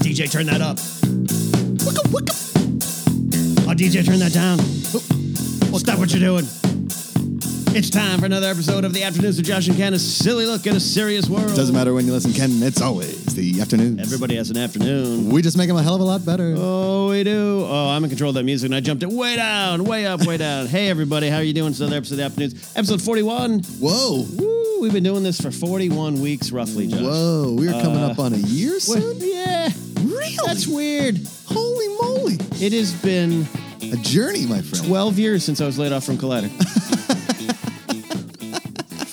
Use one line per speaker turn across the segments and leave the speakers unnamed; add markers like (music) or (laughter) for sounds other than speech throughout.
DJ, Ah, turn that up. Wicka, wicka. Oh, DJ, turn that down. Well, stop what you're doing. It's time for another episode of the afternoons of Josh and Ken. A silly look at a serious world.
Doesn't matter when you listen, Ken. It's always the afternoons.
Everybody has an afternoon.
We just make them a hell of a lot better.
Oh, we do. Oh, I'm in control of that music, and I jumped it way down, way up, way down. (laughs) Hey, everybody, how are you doing? It's another episode of the afternoons, episode 41.
Whoa,
Woo, we've been doing this for 41 weeks, roughly, Josh.
whoa! We are coming up on a year
Uh, Wait,
soon.
yeah,
Really?
that's weird.
holy moly!
It has been
A journey, my friend.
12 years since I was laid off from
(laughs)
Collider.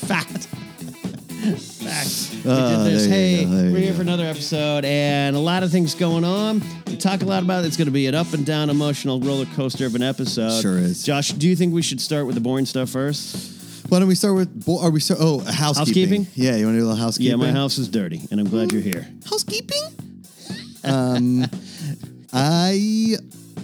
Fact. Fact. We
Ah,
did this.
there you
Hey,
go, there you
we're here
go.
for another episode, and a lot of things going on. We talk a lot about it. It's going to be an up and down emotional roller coaster of an episode.
Sure is.
Josh, do you think we should start with the boring stuff first?
Why don't we start with? Bo- are we start? Oh, housekeeping.
Housekeeping?
Yeah, you want to do a little housekeeping?
Yeah, my house is dirty, and I'm glad you're here.
Housekeeping. um, (laughs) I.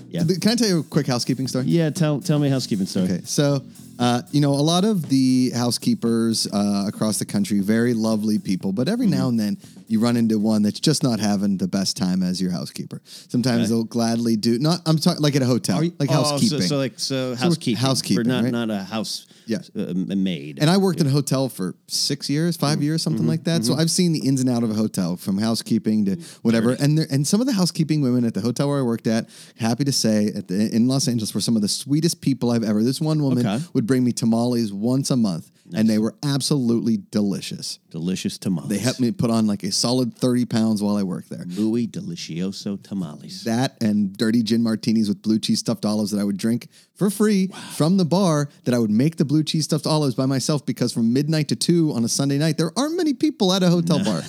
Yeah.
Can I tell you a quick housekeeping story?
Yeah, tell tell me housekeeping story.
Okay, so uh, you know, a lot of the housekeepers uh, across the country, very lovely people, but every
Mm-hmm.
now and then you run into one that's just not having the best time as your housekeeper. Sometimes
Okay.
they'll gladly do not. I'm talking like at a hotel, like
Oh,
housekeeping.
So, so like so
So we're-
housekeeping.
housekeeping,
For not
right?
not a house.
Yeah.
Uh, maid.
and I worked in a hotel for six years, 5 years, something like that. So I've seen the ins and out of a hotel, from housekeeping to whatever. And there, and some of the housekeeping women at the hotel where I worked at, happy to say, at the, in Los Angeles, were some of the sweetest people I've ever. This one woman
Okay.
would bring me tamales once a month, and they were absolutely delicious.
delicious tamales.
They helped me put on like a solid thirty pounds while I worked there.
Muy delicioso tamales.
That and dirty gin martinis with blue cheese stuffed olives that I would drink for free from the bar that I would make the blue cheese stuffed olives by myself because from midnight to two on a Sunday night, there aren't many people at a hotel bar.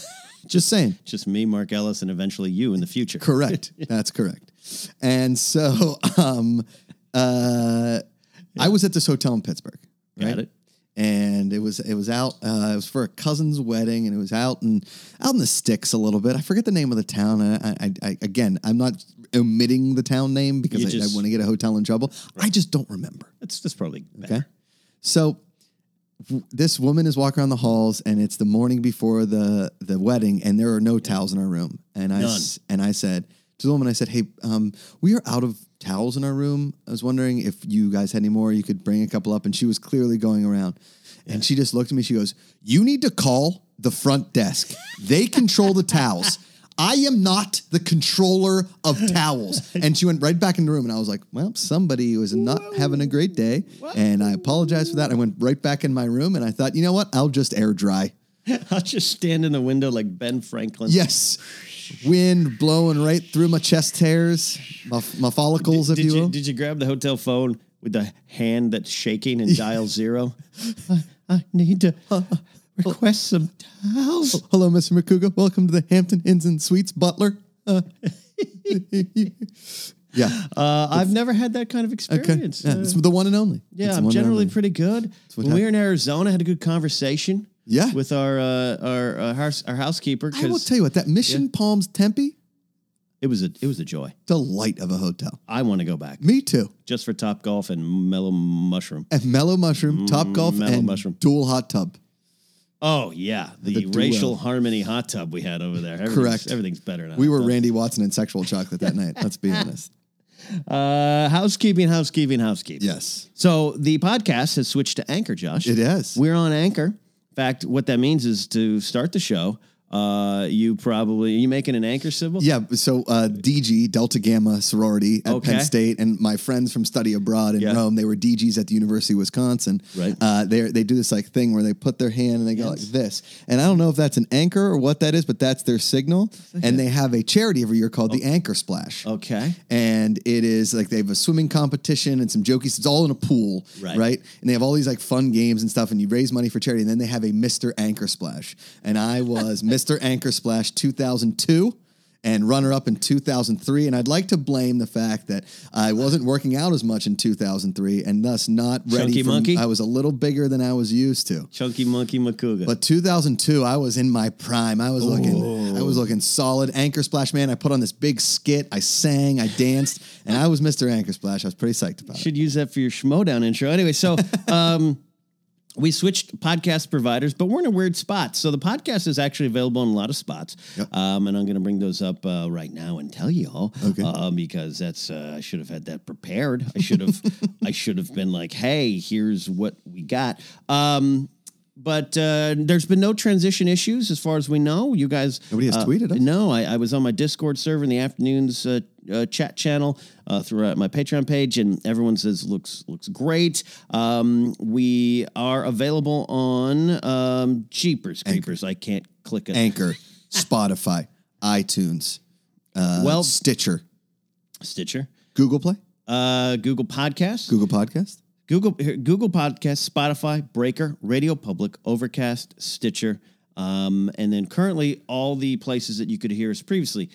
Just saying.
Just me, Mark Ellis, and eventually you in the future.
Correct. That's correct. And so (laughs) um, uh, I was at this hotel in Pittsburgh.
Got
right?
it.
and it was it was out uh, it was for a cousin's wedding and it was out and out in the sticks a little bit i forget the name of the town i, I, I again i'm not omitting the town name because
You
i,
just-
I want to get a hotel in trouble i just don't remember
That's that's probably better.
okay so w- this woman is walking around the halls and it's the morning before the the wedding and there are no towels in our room and i s- and i said to the woman i said hey um, we are out of towels in our room i was wondering if you guys had any more you could bring a couple up and she was clearly going around and she just looked at me she goes you need to call the front desk they control the towels I am not the controller of towels. And she went right back in the room, and I was like, well, somebody was not having a great day. And I apologize for that. I went right back in my room, and I thought, you know what? I'll just air dry.
(laughs) I'll just stand in the window like Ben Franklin.
Yes. Wind blowing right through my chest hairs, my, my follicles,
Did
if you
you
will.
did you grab the hotel phone with the hand that's shaking and dial
(laughs)
zero? I, I need to
uh,
request some towels.
Oh, Hello, Mr. McCouga. Welcome to the Hampton Inns and Suites, Butler. (laughs) Uh, yeah.
Uh, I've never had that kind of experience.
Yeah,
Uh,
it's the one and only.
Yeah,
It's the
I'm
one and
generally
only.
pretty good. When we were in Arizona, I had a good conversation.
Yeah.
with our uh, our uh, house, our housekeeper
I will
because
tell you what, that Mission Palms Tempe,
it was a it was a joy.
delight of a hotel.
I want to go back
Me too.
just for Top Golf and Mellow Mushroom.
And mellow mushroom, top golf,
Mm, mellow
and
mushroom.
dual hot tub.
Oh yeah, the,
The duo.
racial harmony hot tub we had over there. Everything's,
Correct.
Everything's better now. (laughs)
We were Randy Watson and sexual chocolate that night. Let's be honest.
uh, housekeeping, housekeeping, housekeeping.
Yes.
So the podcast has switched to Anchor, Josh.
It is.
We're on Anchor. In fact, what that means is to start the show. Uh, you probably you making an anchor symbol?
Yeah, so uh, DG Delta Gamma sorority at
Okay.
Penn State, and my friends from study abroad in
Yeah.
Rome, they were DGs at the University of Wisconsin.
Right.
Uh, they they do this like thing where they put their hand and they go like this, and I don't know if that's an anchor or what that is, but that's their signal. And they have a charity every year called the
Oh.
Anchor Splash.
Okay.
and it is like they have a swimming competition and some jokey. It's all in a pool,
Right.
right. And they have all these like fun games and stuff, and you raise money for charity. And then they have a Mister Anchor Splash, and I
(laughs)
was Mister Anchor Splash 2002. And runner up in 2003. And I'd like to blame the fact that I wasn't working out as much in 2003 and thus not ready.
Chunky
for-
monkey?
I was a little bigger than I was used to.
Chunky Monkey Makuga.
But 2002, I was in my prime. I was looking, I was looking solid. Anchor Splash, man. I put on this big skit. I sang, I danced, and I was Mr. Anchor Splash. I was pretty psyched about it. (laughs)
should use that for your schmodown intro. Anyway, so um, we switched podcast providers, but we're in a weird spot. So the podcast is actually available in a lot of spots,
Yep.
um, and I'm going to bring those up uh, right now and tell you all,
Okay.
uh, because that's uh, I should have had that prepared. I should
(laughs)
have I should have been like, hey, here's what we got. Um, but uh, there's been no transition issues as far as we know. You guys,
Nobody has
uh,
tweeted us?
No, I, I was on my Discord server in the afternoons uh, uh, chat channel uh, through uh, my Patreon page, and everyone says looks looks great. Um, we are available on um, Jeepers Creepers. I can't click it.
Anchor, Spotify, iTunes, uh,
Well-
Stitcher,
Stitcher,
Google Play,
uh, Google Podcasts,
Google Podcast.
Google here, Google Podcasts, Spotify, Breaker, Radio Public, Overcast, Stitcher, um, and then currently all the places that you could hear us previously.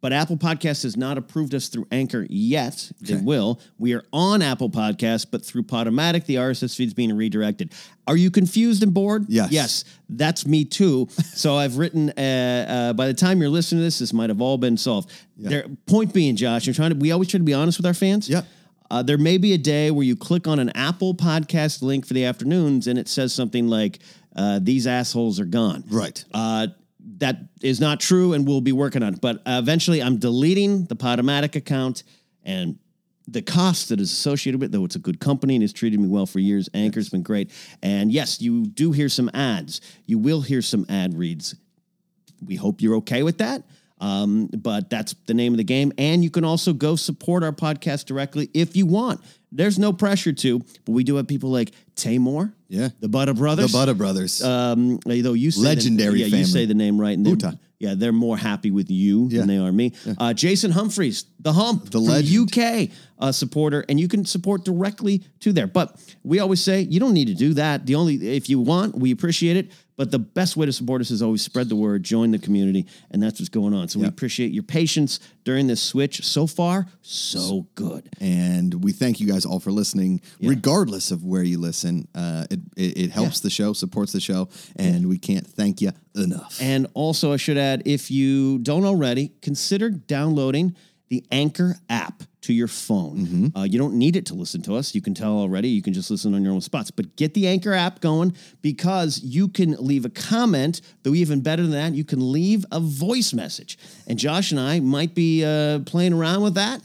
But Apple Podcasts has not approved us through Anchor yet. They will. We are on Apple Podcasts, but through Podomatic, the RSS feed's being redirected. Are you confused and bored?
Yes.
Yes, that's me too. so I've written. Uh, uh, by the time you're listening to this, this might have all been solved. There, point being, Josh, I'm trying to. We always try to be honest with our fans.
Yep.
Uh, there may be a day where you click on an Apple podcast link for the afternoons and it says something like, uh, these assholes are gone.
Right.
Uh, that is not true and we'll be working on it. But uh, eventually I'm deleting the Podomatic account and the cost that is associated with it, though it's a good company and has treated me well for years. Anchor's been great. And yes, you do hear some ads. You will hear some ad reads we hope you're okay with that. Um, but that's the name of the game. And you can also go support our podcast directly if you want. There's no pressure to, but we do have people like Tamor,
Yeah.
the Butter
The
Brothers,
Butter Brothers.
um, though you say the-
Legendary
yeah, you
family.
say the name right, and they're-
Uta.
yeah, they're more happy with you
Yeah.
than they are me. Uh, Jason Humphreys, the Hump, the
legend.
UK uh, supporter, and you can support directly to there. But we always say you don't need to do that. The only if you want, we appreciate it. But the best way to support us is always spread the word, join the community, and that's what's going on. So we appreciate your patience during this switch. So far, so good.
and we thank you guys all for listening, regardless of where you listen. Uh, it, it, it helps the show, supports the show, and we can't thank you enough.
And also, I should add if you don't already, consider downloading the Anchor app to your phone. Uh, you don't need it to listen to us. You can tell already. You can just listen on your own spots. But get the Anchor app going because you can leave a comment, though, even better than that, you can leave a voice message. And Josh and I might be uh, playing around with that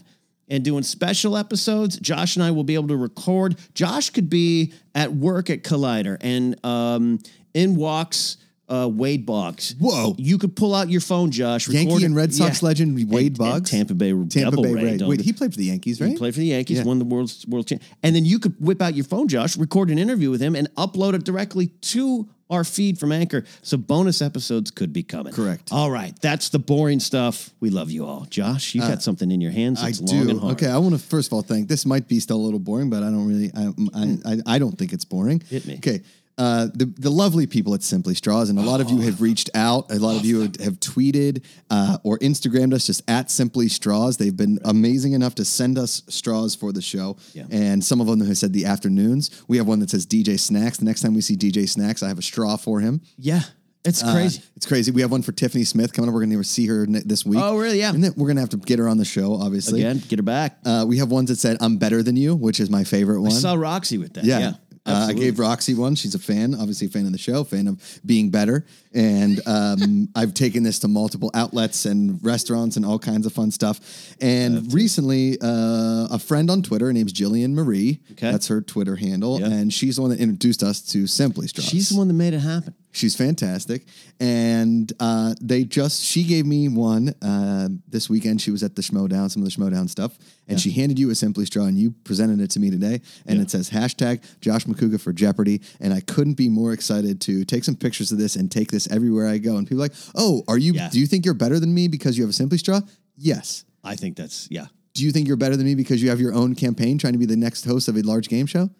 and doing special episodes. Josh and I will be able to record. Josh could be at work at Collider and um, in walks uh, Wade Boggs.
Whoa.
You could pull out your phone, Josh.
Yankee
record it-
and Red Sox
Yeah.
legend Wade
And- and
Boggs,
Tampa Bay
Tampa
Devil
Bay
Ray,
Ray.
don't
Wait,
they?
he played for the Yankees, right?
He played for the Yankees, won the world world champ, and then you could whip out your phone, Josh, record an interview with him, and upload it directly to our feed from Anchor. So bonus episodes could be coming.
Correct.
All right, that's the boring stuff. We love you all, Josh. You got something in your hands.
Uh, I
It's long
do.
and hard.
Okay, I want to first of all thank. This might be still a little boring, but I don't really. I I, I, I don't think it's boring.
Hmm. Hit me.
Okay. Uh, the, the lovely people at Simply Straws, and a lot of
Oh.
you have reached out. A lot of you have, have tweeted uh, or Instagrammed us just at Simply Straws. They've been amazing enough to send us straws for the show.
Yeah.
And some of them have said the afternoons. We have one that says DJ Snacks. The next time we see DJ Snacks, I have a straw for him.
Yeah, it's
Uh,
crazy.
it's crazy. We have one for Tiffany Smith coming up. We're going to see her ne- this week.
Oh, really? Yeah.
And then we're going to have to get her on the show, obviously.
Again, get her back.
Uh, we have ones that said "I'm better than you," which is my favorite one.
I saw Roxy with that.
yeah,
Yeah,
Uh, I gave Roxy one. She's a fan, obviously a fan of the show, fan of being better, and
(laughs)
um, I've taken this to multiple outlets and restaurants and all kinds of fun stuff. And recently, uh, a friend on Twitter, her name's Jillian Marie.
Okay.
that's her Twitter handle,
Yeah.
and she's the one that introduced us to Simply Straws.
She's the one that made it happen.
She's fantastic. And uh, they just, she gave me one uh, this weekend. She was at the Schmodown, some of the Schmodown stuff. And she handed you a Simply Straw and you presented it to me today. And it says hashtag Josh McCouga for Jeopardy. And I couldn't be more excited to take some pictures of this and take this everywhere I go. And people are like, oh, are you,
Yeah.
do you think you're better than me because you have a Simply Straw? Yes.
I think that's yeah.
Do you think you're better than me because you have your own campaign trying to be the next host of a large game show?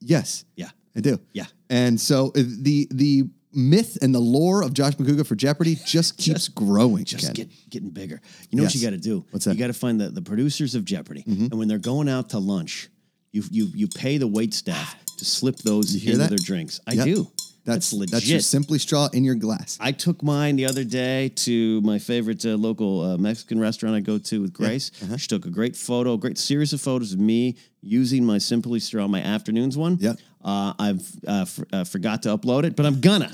Yes.
Yeah.
I do.
Yeah.
And so uh, the the myth and the lore of Josh McCouga
(laughs)
for Jeopardy just keeps growing.
Just
Ken.
get, getting bigger. You know what you
Yes.
got to do?
What's that? Mm-hmm.
You got to find the, the producers of Jeopardy. And when they're going out to lunch, you you you pay the wait
(sighs)
staff to slip those into
that?
their drinks. I
Yep.
do.
that's
That's, legit.
That's your simply straw in
(laughs)
your glass.
I took mine the other day to my favorite uh, local uh, Mexican restaurant I go to with Grace.
Uh-huh.
She took a great photo, a great series of photos of me using my Simply Straw, my afternoons one.
Yeah.
Uh, I've uh, f- uh, forgot to upload it, but I'm gonna.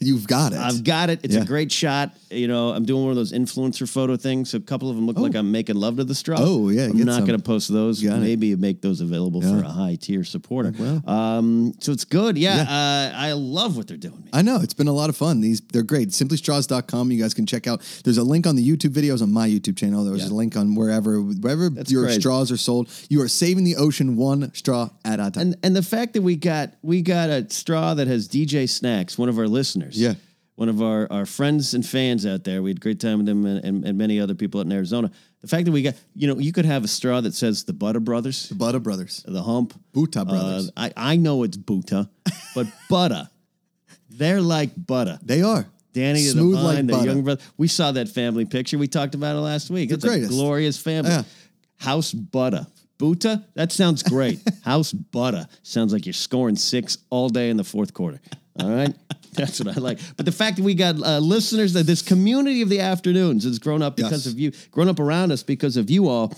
You've got it.
I've got it. It's
Yeah.
a great shot. You know, I'm doing one of those influencer photo things. So a couple of them look like I'm making love to the straw.
Oh, yeah,
I'm
get
not
some.
going to post those.
Got it.
Maybe make those available
Yeah.
for a high tier supporter.
Well.
um, so it's good. Yeah, Uh, I love what they're doing. man.
I know it's been a lot of fun. These they're great. SimplyStraws.com. You guys can check out. There's a link on the YouTube videos on my YouTube channel. There's
Yeah.
a link on wherever wherever your
crazy.
straws are sold. You are saving the ocean one straw at a time.
And and the fact that we got we got a straw that has DJ Snacks, one of our listeners.
Yeah.
One of our, our friends and fans out there. We had a great time with them and, and, and many other people out in Arizona. The fact that we got you know, you could have a straw that says the Butter Brothers,
Butter Brothers,
the hump.
Buta Brothers.
Uh, I, I know it's Buta,
(laughs)
but Butter. They're like Butter.
they are
Danny to the
Smooth like
Vine, the
butter.
young brother. We saw that family picture. We talked about it last week. it's
greatest.
a glorious family.
Yeah.
House Butter. Buta? That sounds
(laughs)
great. House Butter. Sounds like you're scoring six all day in the fourth quarter. All
(laughs)
right? That's what I like. But the fact that we got uh, listeners, that this community of the afternoons has grown up because
Yes.
of you, grown up around us because of you all.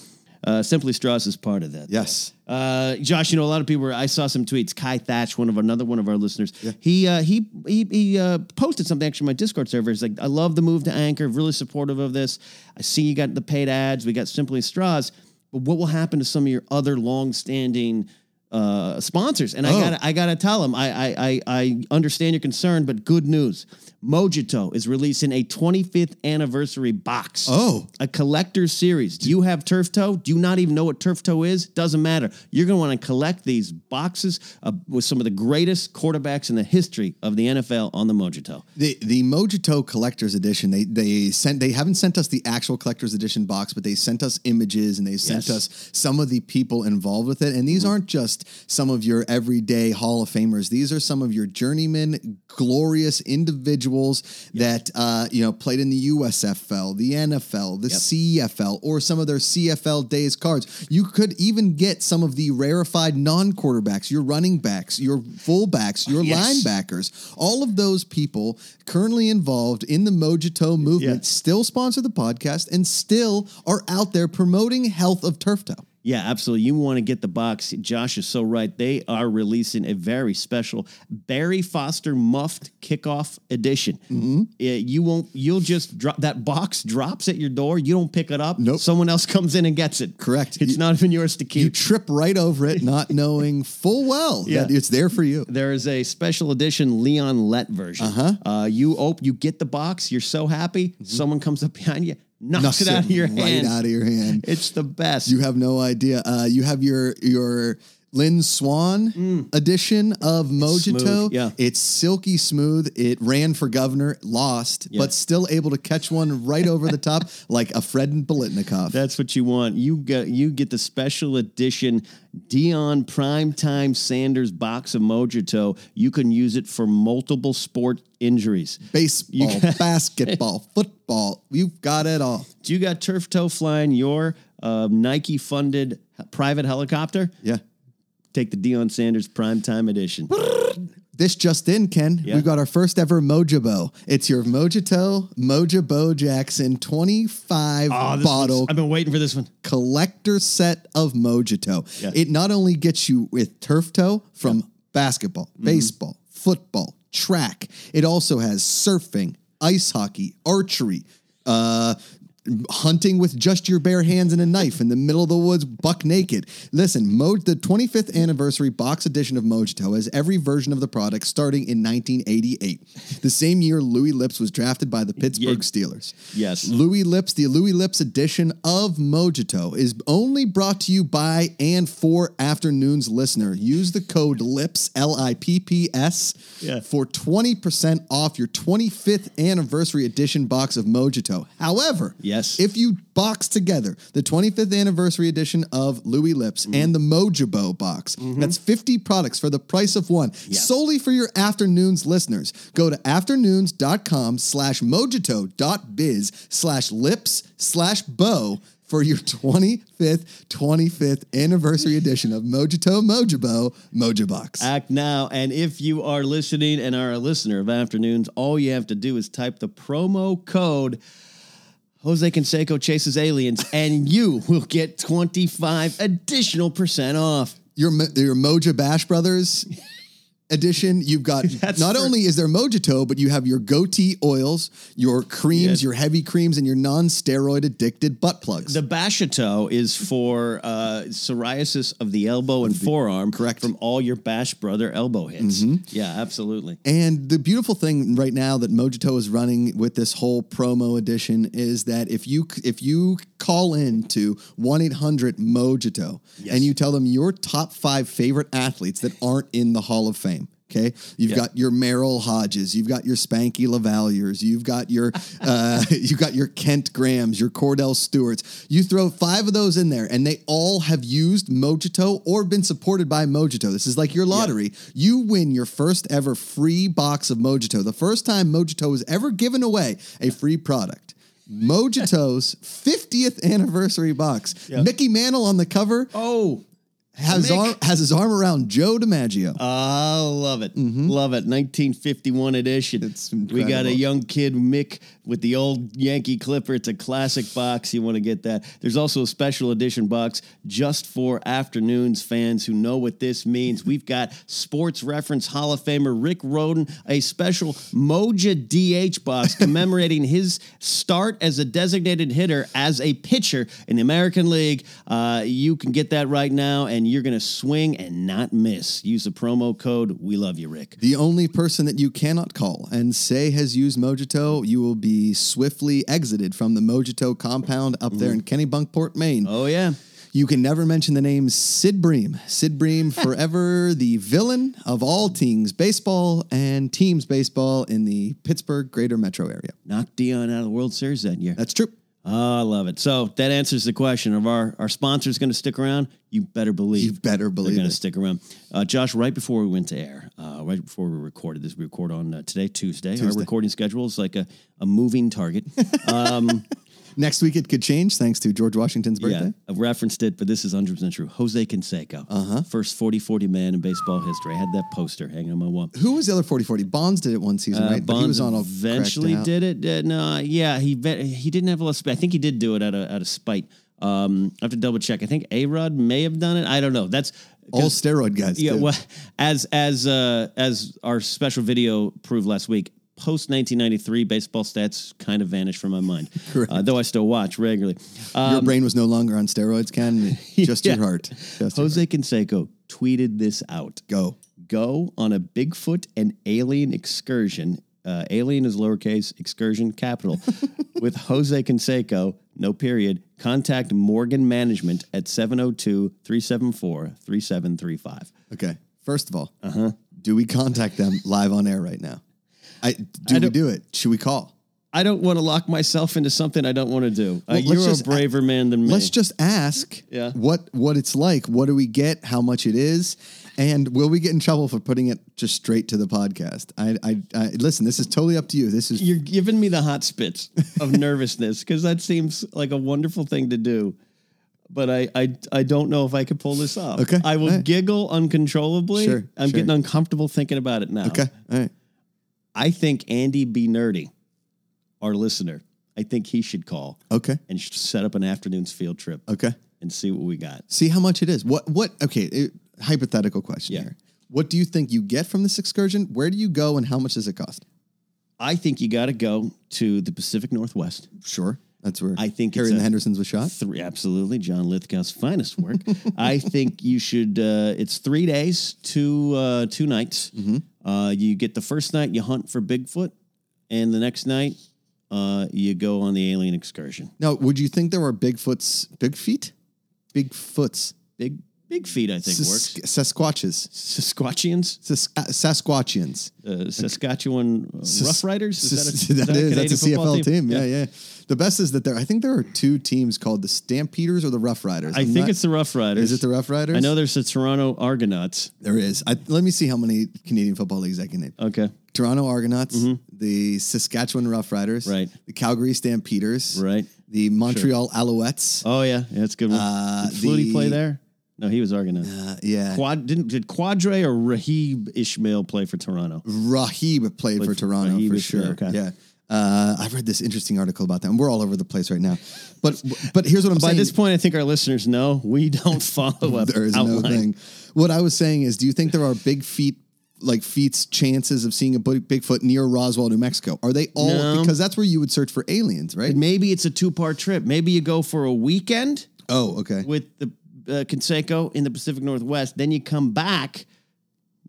Uh, Simply Strauss is part of that.
Yes.
Uh, Josh, you know a lot of people. Were, I saw some tweets. Kai Thatch, one of another one of our listeners, he uh, he he, he uh, posted something actually on my Discord server. He's like, "I love the move to Anchor. Really supportive of this. I see you got the paid ads. We got Simply Straws, but what will happen to some of your other long-standing uh, sponsors?" And I
Oh.
gotta I gotta tell him. I, I I I understand your concern, but good news. Mojito is releasing a 25th anniversary box
Oh.
a collector's series. Do you have turf toe? Do you not even know what turf toe is? Doesn't matter. You're going to want to collect these boxes uh, with some of the greatest quarterbacks in the history of the NFL on the Mojito.
the the Mojito Collector's Edition. They they sent they haven't sent us the actual Collector's Edition box, but they sent us images and they
Yes.
sent
Mm-hmm.
us some of the people involved with it. And these aren't just some of your everyday Hall of Famers. These are some of your journeyman, glorious individuals that uh, you know played in the USFL, the NFL, the CFL, or some of their CFL days cards. You could even get some of the rarefied non-quarterbacks, your running backs, your fullbacks, your
Yes.
linebackers linebackers, all of those people currently involved in the Mojito movement
Yeah.
still sponsor the podcast and still are out there promoting health of turf toe.
Yeah, absolutely. You want to get the box. Josh is so right. They are releasing a very special Barry Foster muffed kickoff edition.
Mm-hmm.
Yeah, you won't. You'll just drop that box drops at your door. You don't pick it up.
Nope.
Someone else comes in and gets it.
Correct.
It's
You-
not even yours to keep.
You trip right over it, not knowing full well
(laughs) Yeah.
that it's there for you.
There is a special edition Leon Lett version. Uh-huh. you op- you get the box, you're so happy, someone comes up behind you, knocks,
Knocks
it out of your
Mm-hmm. right
hand.
out of your hand.
It's the best.
You have no idea. Uh, you have your your Lynn Swan edition of Mojito.
Mm. smooth, yeah.
It's silky smooth. It ran for governor, lost, but still able to catch one right over the
(laughs)
top like a Fred and Bolitnikov.
That's what you want. You get you get the special edition Dion Primetime Sanders box of Mojito. You can use it for multiple sport injuries.
baseball, basketball, football. You've got it all.
Do you got turf toe flying your uh, Nike funded private helicopter?
Yeah.
Take the Dion Sanders Primetime edition.
This just in, Ken.
Yeah.
We've got our first ever Mojabo. It's your Mojito Mojabo Jackson 25
Oh, this
bottle
looks- I've been waiting for this one.
collector set of Mojito.
Yeah.
It not only gets you with turf toe from basketball, baseball, football, track. It also has surfing, ice hockey, archery, uh, hunting with just your bare hands and a knife in the middle of the woods, buck naked. Listen, Mo- the 25th anniversary box edition of Mojito has every version of the product starting in 1988, the same year Louis Lips was drafted by the Pittsburgh Steelers.
Yes.
Louis Lips, the Louis Lips edition of Mojito is only brought to you by and for Afternoons listener. Use the code LIPS, L I P P S,
Yeah.
for 20% off your 25th anniversary edition box of Mojito. However,
Yes.
if you box together the 25th anniversary edition of Louis Lips and the Mojabo box, that's 50 products for the price of one, solely for your afternoons listeners. Go to afternoons.com slash mojito.biz slash lips slash bow for your 25th, 25th anniversary edition of Mojito Mojabo Mojabox.
Act now. And if you are listening and are a listener of Afternoons, all you have to do is type the promo code Jose Canseco Chases Aliens, and you will get 25 additional percent off.
Your, Mo- your Moja Bash Brothers, edition, you've got
That's
not
for-
only is there Mojito, but you have your goatee oils, your creams,
Yeah.
your heavy creams, and your non-steroid addicted butt plugs.
The Bashito is for uh, psoriasis of the Mm-hmm. elbow and forearm.
correct.
From all your Bash Brother elbow hits. Yeah, absolutely.
And the beautiful thing right now that Mojito is running with this whole promo edition is that if you if you call in to 1-800-MOJITO
Yes.
and you tell them your top 5 favorite athletes that aren't in the Hall of Fame, okay? You've
Yeah.
got your Merrill Hodges, you've got your Spanky Lavaliers, you've got your (laughs) uh, you've got your Kent Grahams, your Cordell Stewarts. You throw 5 of those in there and they all have used Mojito or been supported by Mojito. This is like your lottery. You win your first ever free box of Mojito. The first time Mojito was ever given away a free product.
(laughs)
Mojito's 50th anniversary box.
Yeah.
Mickey Mantle on the cover
Oh,
has,
Mick.
arm, has his arm around Joe DiMaggio.
I love it. Love it. 1951 edition.
It's
we got a
incredible.
young kid, Mick, with the old Yankee Clipper. It's a classic box. You want to get that. There's also a special edition box just for afternoons fans who know what this means. We've got sports reference Hall of Famer Rick Roden, a special Moja DH box (laughs) commemorating his start as a designated hitter as a pitcher in the American League. Uh, you can get that right now, and you're going to swing and not miss. Use the promo code We Love You, Rick.
The only person that you cannot call and say has used Mojito, you will be swiftly exited from the Mojito compound up there in Kennebunkport, Maine.
Oh, yeah.
You can never mention the name Sid Bream. Sid
(laughs)
Bream, forever the villain of all teams baseball and teams baseball in the Pittsburgh greater metro area.
knocked Dion out of the World Series that year.
That's true.
Oh, I love it. So that answers the question of our our sponsor's going to stick around. You better
You
believe
better
they're
believe
going to
it.
stick around. Uh, Josh, right before we went to air, uh, right before we recorded this, we record on uh, today, Tuesday. Our
Tuesday.
recording schedule is like a, a moving target.
Next week it could change thanks to George Washington's
yeah,
(laughs) birthday.
I've referenced it, but this is 100% true. Jose Canseco, uh-huh. first 40 40 man in baseball history. I had that poster hanging on my wall.
Who was the other 40 40? Bonds did it one season, right?
Uh, Bonds
he was on a
eventually
cracked out-
did it. Uh, no, yeah, he ve- he didn't have a lot of spite. I think he did do it out of out of spite. Um, I have to double check. I think A Rod may have done it. I don't know. That's
All steroid guys.
yeah.
did.
Well, as as uh, as our special video proved last week, post 1993 baseball stats kind of vanished from my mind.
(laughs) Correct.
Uh, though I still watch regularly.
Your brain was no longer on
(laughs)
steroids, Ken. Just
Um, Yeah.
your heart. Just your
Jose Canseco tweeted this out.
heart. go.
go on a Bigfoot and alien excursion. Uh, alien is lowercase, excursion
(laughs)
capital. with Jose Canseco, no period. Contact Morgan Management at 702 374 3735.
Okay. First of all, uh-huh. do we contact them live on air right now? I do
I
we
don't-
do it? Should we call?
I don't want to lock myself into something I don't want to do. Uh,
Well, let's
you're
just-
a braver man than me.
Let's just ask
Yeah.
what what it's like. What do we get? How much it is? And will we get in trouble for putting it just straight to the podcast? I, I, I listen. This is totally up to you. This is
you're giving me the hot spits of
(laughs)
nervousness because that seems like a wonderful thing to do. But I, I, I don't know if I could pull this off.
Okay,
I will
all right.
giggle uncontrollably.
Sure,
I'm
sure.
getting uncomfortable thinking about it now.
okay. All right.
I think Andy B. Nerdy, our listener, I think he should call
Okay.
and sh- set up an afternoon's field trip
Okay.
and see what we got.
See how much it is. What what? Okay. it- hypothetical question
Yeah.
here. What do you think you get from this excursion? Where do you go, and how much does it cost?
I think you got to go to the Pacific Northwest.
Sure. That's where
I think
Harry
it's
and the
a-
Hendersons was shot.
Three, absolutely, John Lithgow's finest
(laughs)
work. I think you should. Uh, it's three days, two uh, two nights.
Mm-hmm.
Uh, you get the first night, you hunt for Bigfoot, and the next night, uh, you go on the alien excursion.
Now, would you think there were Bigfoots, big feet, Bigfoots,
Big big feet, I think works.
Sas- Sasquatches,
Sasquatchians.
Sas- uh, Sasquatchians?
uh, Saskatchewan uh, Rough Riders.
Sas- that is, that's a
Canadian football
CFL team. Yeah, yeah. The best is that there. I think there are two teams called the Stampeders or the Rough Riders.
I
I'm
think
not-
it's the Rough Riders.
Is it the Rough Riders?
I know there's the Toronto Argonauts.
there is. I, let me see how many Canadian football leagues I can name.
Okay,
Toronto Argonauts, the Saskatchewan Rough Riders,
Mm-hmm. Right.
The Calgary Stampeders,
right.
The Montreal Alouettes.
Oh yeah, yeah that's a good one.
Uh,
did Flutie
the-
play there? No, he was Argonaut.
Uh, yeah.
Quad didn't did Quadre or Rahib Ishmael play for Toronto?
Rahib played for
for-
Toronto
Rahib
for
is-
sure.
okay.
Yeah. Uh, I've read this interesting article about them. We're all over the place right now, but but here's what I'm
By
saying.
this point, I think our listeners know we don't follow up
there is
outline.
no thing. What I was saying is, do you think there are big feet like feats chances of seeing a bu- Bigfoot near Roswell, New Mexico? Are they all
No.
because that's where you would search for aliens, right?
And maybe it's a two part trip. Maybe you go for a weekend
Oh, okay.
with the uh, Conseco in the Pacific Northwest, then you come back,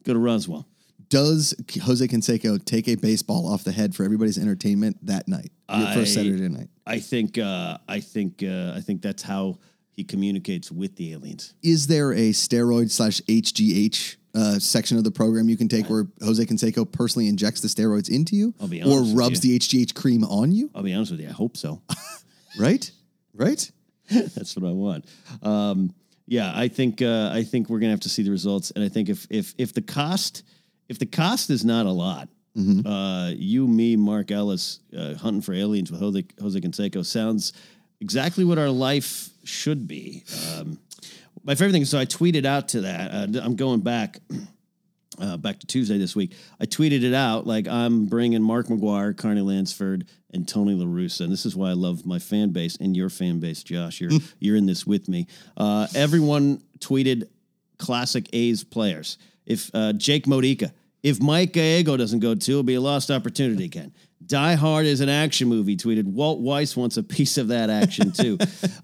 go to Roswell.
Does Jose Canseco take a baseball off the head for everybody's entertainment that night? Your first
I-
Saturday night.
I think uh, I think uh, I think that's how he communicates with the aliens.
Is there a steroid slash HGH uh, section of the program you can take where Jose Canseco personally injects the steroids into you,
I'll be
or
honest with
rubs the HGH cream on you?
I'll be honest with you. I hope so.
Right, right.
(laughs) That's what I want. Um, yeah, I think uh, I think we're gonna have to see the results, and I think if if if the cost if the cost is not a lot, uh, you, me, Mark Ellis, uh, hunting for aliens with Jose, Jose Canseco sounds exactly what our life should be. Um, my favorite thing. So I tweeted out to that. Uh, I'm going back. uh, back to Tuesday this week, I tweeted it out like I'm bringing Mark McGuire, Carney Lansford, and Tony LaRussa. And this is why I love my fan base and your fan base, Josh. You're, you're in this with me. Uh, everyone tweeted classic A's players. If uh, Jake Modica, if Mike Gallego doesn't go too, it'll be a lost opportunity again. Die Hard is an action movie. Tweeted Walt Weiss wants a piece of that action too.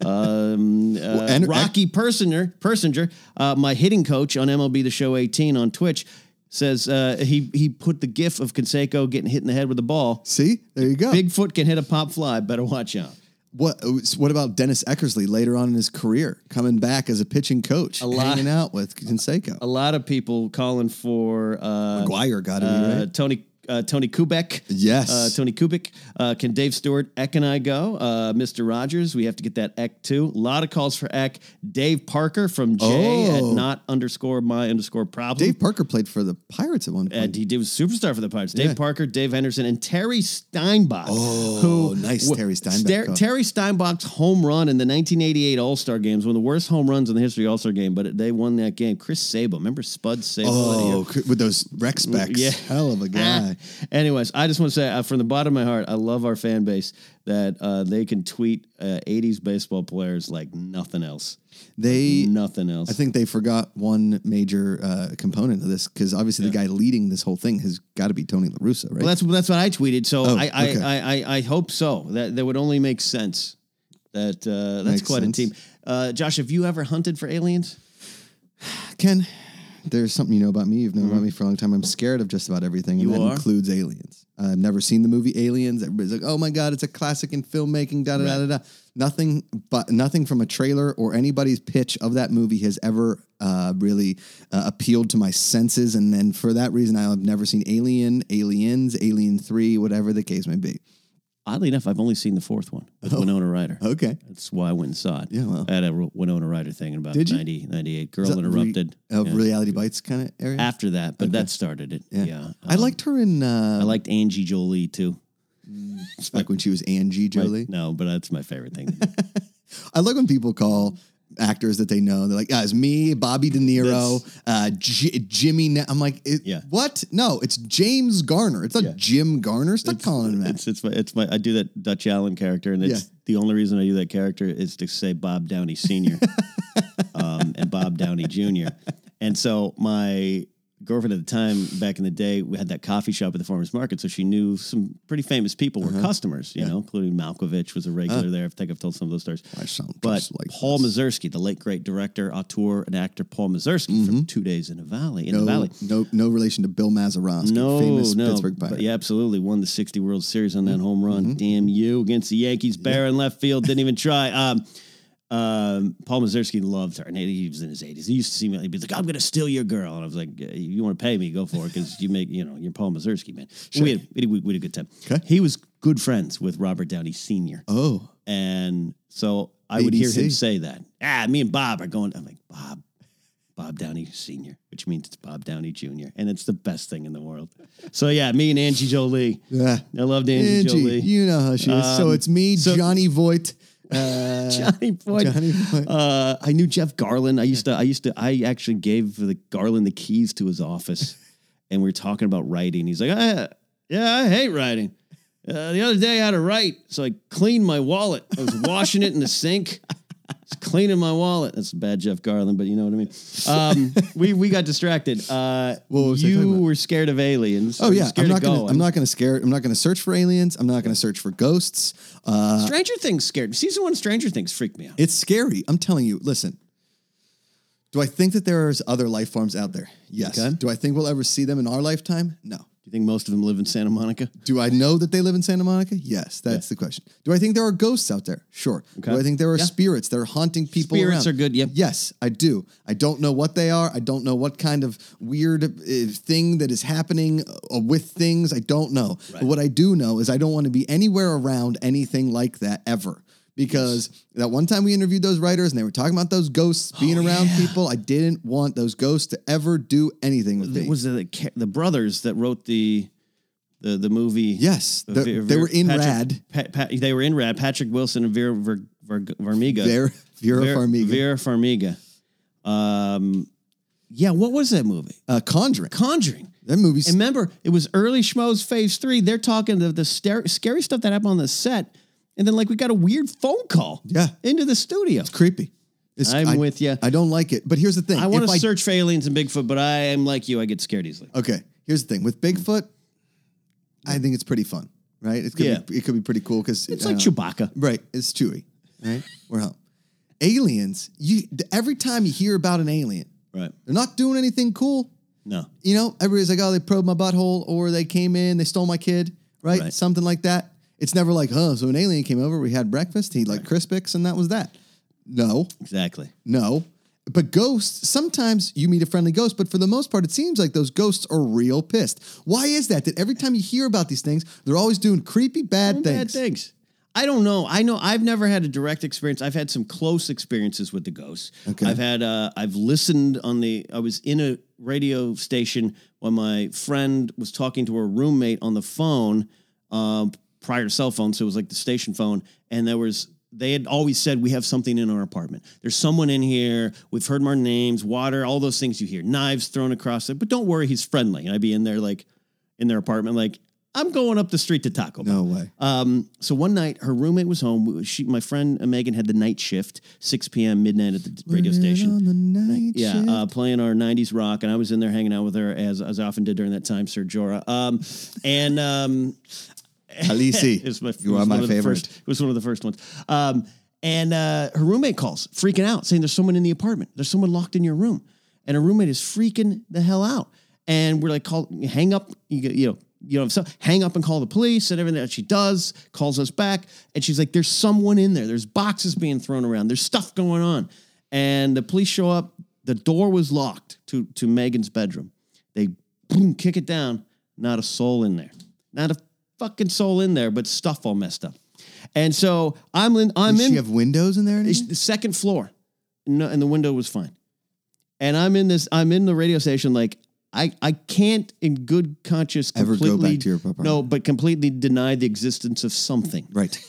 um, uh,
and-
Rocky Persinger, Persinger, uh, my hitting coach on MLB The Show 18 on Twitch, says uh, he he put the gif of Conseco getting hit in the head with the ball.
See, there you go.
Bigfoot can hit a pop fly. Better watch out.
What uh, what about Dennis Eckersley later on in his career, coming back as a pitching coach,
lot-
hanging out with Canseco?
A lot of people calling for uh,
McGuire got to be
uh,
right.
Tony uh, Tony Kubek.
Yes.
Uh, Tony Kubik. Uh, can Dave Stewart, Eck and I go? Uh, Mr. Rogers, we have to get that Eck too. A lot of calls for Eck. Dave Parker from J
Oh.
at not underscore my underscore problem.
Dave Parker played for the Pirates at one point.
and he did was superstar for the Pirates. Dave Parker, Dave Henderson, and Terry Steinbach.
Oh, nice Terry Steinbach
Ter-
call.
Terry Steinbach's home run in the 1988 All Star Games, one of the worst home runs in the history of All Star Game, but they won that game. Chris Sable, remember Spud Sable?
oh, cr- with those Rex specs.
Yeah.
Hell of
(laughs)
a
Ah.
guy.
Anyways, I just want to say uh, from the bottom of my heart, I love our fan base that uh, they can tweet uh, 80s baseball players like nothing else.
They
Nothing else.
I think they forgot one major uh, component of this because obviously the guy leading this whole thing has got to be Tony La Russa, right?
Well, that's that's what I tweeted. So I, I,
Oh, okay.
I, I I hope so. That that would only make sense. That uh, that's
Makes
quite
sense.
a team. Uh, Josh, have you ever hunted for aliens?
Ken, there's something you know about me. You've known about me for a long time. I'm scared of just about everything, and
Mm-hmm. You
that
are?
includes aliens. I've never seen the movie Aliens. Everybody's like, "Oh my god, it's a classic in filmmaking." Da da da da da. Nothing, but nothing from a trailer or anybody's pitch of that movie has ever uh, really uh, appealed to my senses. And then for that reason, I have never seen Alien, Aliens, Alien Three, whatever the case may be.
Oddly enough, I've only seen the fourth one with Winona Ryder.
Okay.
That's why I went and saw it.
Oh. Yeah, well.
I had a Winona Ryder thing in about
Did you?
90, 98. Girl
Is that
interrupted
Re- of
Yeah.
reality bites kind of area.
after that, but that started it. Yeah,
I liked her in uh,
um, I liked Angie Jolie too.
back when she was Angie Jolie.
No, but that's my favorite thing. to do.
I like when people call actors that they know. They're like, "Yeah, it's me, Bobby De Niro, uh, J- Jimmy." Ne-" I'm like, it,
Yeah.
"What? No, it's James Garner. It's not Jim Garner. Stop calling him that."
it's it's my it's my I do that Dutch Allen character, and it's
Yeah.
the only reason I do that character is to say Bob Downey Senior,
(laughs)
um, and Bob Downey Junior, and so my girlfriend at the time back in the day we had that coffee shop at the farmers market so she knew some pretty famous people
Uh-huh.
were customers you know including malkovich was a regular there i think i've told some of those stories
I sound
but
just like
Paul Mazursky, the late great director, auteur, and actor Paul Mazursky from Two Days in a Valley. In
Mm-hmm. no,
the Valley,
no, no relation to Bill Mazeroski, famous Pittsburgh Mm-hmm.
but
Pirate.
Yeah, absolutely. Won the 60 World Series on that home run. Damn you against the Yankees. Barron left field. Didn't even try. Um, um, Paul Mazursky loved her, and he was in his 80s. He used to see me. He'd be like, "I'm going to steal your girl," and I was like, "Yeah, "You want to pay me? Go for it, because you make you know you're Paul Mazursky, man." We, had, we, had, we had a good time.
Okay.
He was good friends with Robert Downey Sr.
Oh,
And so I would hear him
BBC.
say that. Ah, me and Bob are going. I'm like, Bob, Bob Downey Sr., which means it's Bob Downey Jr., and it's the best thing in the world. So yeah, me and Angie Jolie.
yeah.
I loved Angie,
Angie,
Jolie.
you know how she is. so
Um,
it's me,
so- (laughs)
Johnny Voight. Uh,
Johnny Boyd.
Johnny Boyd.
Uh, I knew Jeff Garland. I used to. I used to. I actually gave the Garland the keys to his
(laughs)
office, and we were talking about writing. He's like, I, "Yeah, I hate writing." Uh, the other day, I had to write, so I cleaned my wallet. I was washing it in the sink. It's cleaning my wallet. That's bad, Jeff Garland, but you know what I mean.
(laughs)
Um, we we got distracted. Uh,
What was I talking
you
about?
were scared of aliens.
Oh
You were
yeah,
scared
I'm not
of
gonna.
going.
I'm not gonna scare. I'm not gonna search for aliens. I'm not gonna search for ghosts. Uh,
Stranger Things scared. me. Season one of Stranger Things freaked me out.
it's scary. I'm telling you. Listen. Do I think that there's other life forms out there? Yes.
Okay.
Do I think we'll ever see them in our lifetime? No.
Do you think most of them live in Santa Monica?
Do I know that they live in Santa Monica? Yes, that's the question. Do I think there are ghosts out there? Sure.
Okay.
Do I think there are
Yeah.
spirits that are haunting people?
Spirits
around?
are good, yep.
Yes, I do. I don't know what they are. I don't know what kind of weird uh, thing that is happening uh, with things. I don't know. But what I do know is I don't want to be anywhere around anything like that ever. Because that one time we interviewed those writers and they were talking about those ghosts
Oh,
being around people, I didn't want those ghosts to ever do anything with
It
me.
was the ca- the brothers that wrote the the the movie.
Yes,
The
they're-
Ver-
they
Ver-
were in
Patrick- Pa- Pa- they were in Rad. Patrick Wilson and Vera Ver, Ver, Vermiga.
(laughs) Vera, Vera
Ver-
Farmiga.
Vera Farmiga. Um, yeah, what was that movie?
uh, Conjuring.
Conjuring.
That movie's
And remember, it was early Schmoes Phase Three. They're talking the the star- scary stuff that happened on the set, and then like we got a weird phone call.
Yeah.
into the studio.
creepy. It's-
I'm
I-
with you.
I don't like it. But here's the thing.
I want
If
to search for aliens and Bigfoot, but I am like you. I get scared easily.
Okay, here's the thing with Bigfoot. I think it's pretty fun, right? It could
Yeah.
be, it could be pretty cool because
It's like Chewbacca.
(laughs) right? It's Chewy,
(laughs)
right? We're home. Aliens. You every time you hear about an alien,
Right.
they're not doing anything cool.
No.
You know, everybody's like, oh, they probed my butthole, or they came in, they stole my kid, right?
Right.
Something like that. It's never like, oh, so an alien came over, we had breakfast, he like Crispix, and that was that. No,
Exactly.
No. But ghosts, sometimes you meet a friendly ghost, but for the most part, it seems like those ghosts are real pissed. Why is that? That every time you hear about these things, they're always doing creepy, bad
Bad
things.
things. I don't know. I know I've never had a direct experience. I've had some close experiences with the ghosts.
Okay.
I've had uh I've listened on the I was in a radio station when my friend was talking to her roommate on the phone um prior to cell phone, so it was like the station phone and there was they had always said we have something in our apartment. There's someone in here. We've heard our names, water, all those things you hear. Knives thrown across it, but don't worry, he's friendly. And I'd be in there like in their apartment like I'm going up the street to Taco Bell.
No way.
Um, so one night, her roommate was home. She, my friend uh, Megan, had the night shift, six p.m. midnight at the radio station.
On the night
Yeah, (laughs)
shift.
uh, playing our '90s rock, and I was in there hanging out with her as as I often did during that time, Sir Jorah. Um, and um,
Khaleesi,
it was my,
you
it was
are
one
my
of the
favorite.
First, it was one of the first ones. Um, and uh, her roommate calls, freaking out, saying there's someone in the apartment. There's someone locked in your room, and her roommate is freaking the hell out. And we're like, call, hang up, you, go- you know, you know, so hang up and call the police and everything. that She does, calls us back, and she's like, "There's someone in there. There's boxes being thrown around. There's stuff going on." And the police show up. The door was locked to to Megan's bedroom. They boom, kick it down. Not a soul in there. Not a fucking soul in there, but stuff all messed up. And so I'm in, I'm
Does she
in
have windows in there? or
it's
anything?
the second floor. No, and the window was fine. And I'm in this, I'm in the radio station, like I, I can't in good conscience
Ever go back
completely-
to your apartment.
No, but completely deny the existence of something.
Right.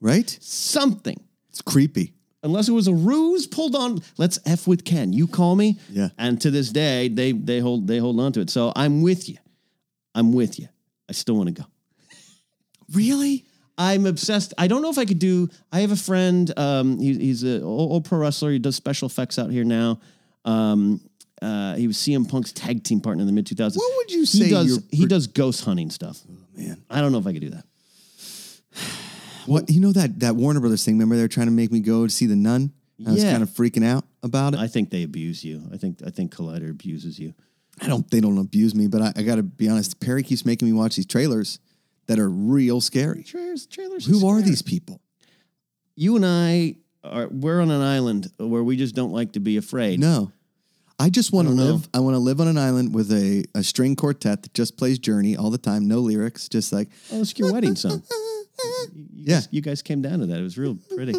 Right?
Something.
It's creepy.
Unless it was a ruse pulled on, let's F with Ken. You call me.
Yeah.
And to this day, they they hold they hold on to it. So I'm with you. I'm with you. I still want to go.
Really?
I'm obsessed. I don't know if I could do. I have a friend. Um, he, he's a old, old pro wrestler. He does special effects out here now. Um, uh, he was CM Punk's tag team partner in the mid 2000s.
What would you
He
say
does.
your- Oh,
he does ghost hunting stuff.
man.
I don't know if I could do that.
What you know that that Warner Brothers thing, remember they were trying to make me go to see the nun? I was
Yeah.
kind of freaking out about it.
I think they abuse you. I think. I think Collider abuses you.
I don't they don't abuse me, but I, I gotta be honest, Perry keeps making me watch these trailers that are real scary.
Trailers. Trailers.
Who are these people?
You and I are. We're on an island where we just don't like to be afraid.
No. I just want to
don't know.
live. I want to live on an island with a, a string quartet that just plays Journey all the time, no lyrics, just like
Oh, it's your wedding
(laughs)
song. You
Yeah.
guys- you guys came down to that. It was real pretty.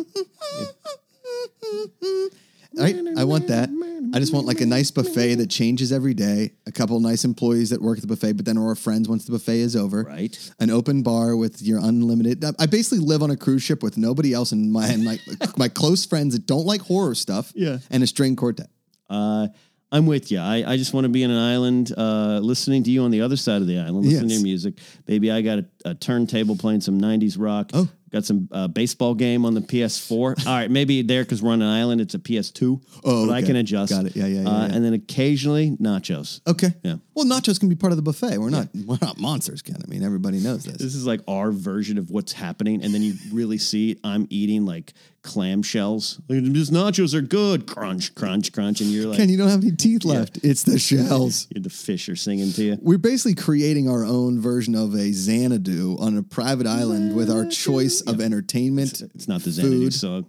(laughs)
I, I want that. I just want like a nice buffet that changes every day, a couple nice employees that work at the buffet, but then are our friends once the buffet is over.
Right.
An open bar with your unlimited. I basically live on a cruise ship with nobody else and
(laughs)
my and my, my close friends that don't like horror stuff.
Yeah.
And a string quartet.
Uh, I'm with you. I, I just want to be in an island, uh, listening to you on the other side of the island, listening
Yes.
to your music. Baby, I got a, a turntable playing some '90s rock.
Oh.
Got some uh, baseball game on the
(laughs)
PS4. All right, maybe there because we're on an island. It's a PS2.
Oh,
but I
okay.
can adjust.
Got it. Yeah, yeah, yeah,
Uh,
yeah.
And then occasionally nachos.
Okay.
Yeah.
Well, nachos can be part of the buffet. We're not we're not monsters, Ken. I mean, everybody knows this.
This is like our version of what's happening, and then you really see I'm eating like clam shells. Like, These nachos are good. Crunch, crunch, crunch, and you're like
Ken, you don't have any teeth left. It's the shells.
the fish are singing to you.
We're basically creating our own version of a Xanadu on a private island with our choice of entertainment.
It's not the Xanadu
Food.
song.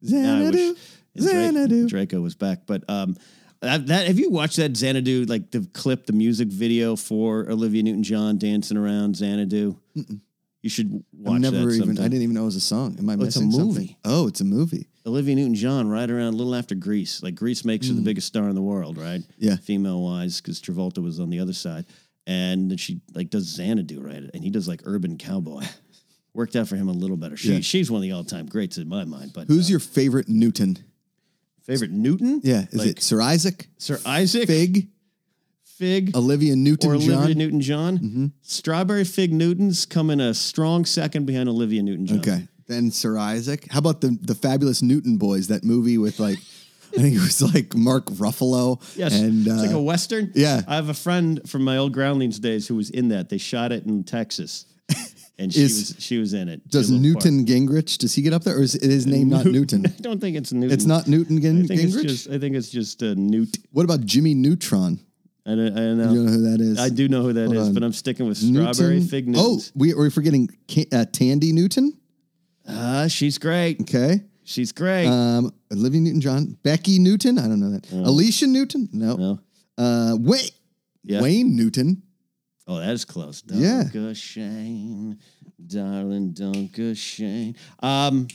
Yeah, I
Xanadu.
wish Xanadu.
Xanadu.
Draco was back, but um, that, that have you watched that Xanadu like the clip, the music video for Olivia Newton-John dancing around Xanadu? You should watch
I've never
that
even
sometime.
I didn't even know it was a song. Am I
it's a
missing something?
movie.
Oh, it's a movie.
Olivia Newton-John right around a little after Greece. Like Greece makes her the biggest star in the world, right?
Mm. Yeah.
female-wise, because Travolta was on the other side, and then she like does Xanadu right, and he does like Urban Cowboy. (laughs) Worked out for him a little better. She
Yeah.
she's one of the all-time greats in my mind. But
Who's
uh,
your favorite Newton?
favorite Newton?
Yeah, is
Like,
it Sir Isaac?
Sir Isaac
Fig?
Fig?
Olivia Mm-hmm. Newton
or
John?
Olivia Newton John. Strawberry Fig Newtons come in a strong second behind Olivia Newton John.
Okay. Then Sir Isaac. How about the the fabulous Newton boys? That movie with like, I think it was like Mark Ruffalo.
Yes,
And
it's like
uh,
a western.
yeah.
I have a friend from my old groundlings days who was in that. They shot it in
(laughs)
Texas, and she
Is-
was she was in it.
does
Did a little part.
Newton Gingrich? Does he get up there, or is his name not Newton?
I don't think it's Newton.
It's not Newton
I
Gin-
think it's
Gingrich.
just. I think it's just uh, Newt.
what about Jimmy Neutron?
I don't, I don't know.
You know who that is?
I do know who that is,
on.
but I'm sticking with
Newton-
Strawberry Fig
Oh,
Newtons.
we are forgetting Ca- uh, Tandy Newton. Oh.
Ah, she's great.
Okay.
She's great.
Um, Olivia Newton John, Becky Newton. I don't know that. Alicia Newton. No.
no.
Uh, wait.
Yeah.
Wayne Newton.
Oh, that is close. Don't
Yeah.
go shame, darling, don't go shame. Um,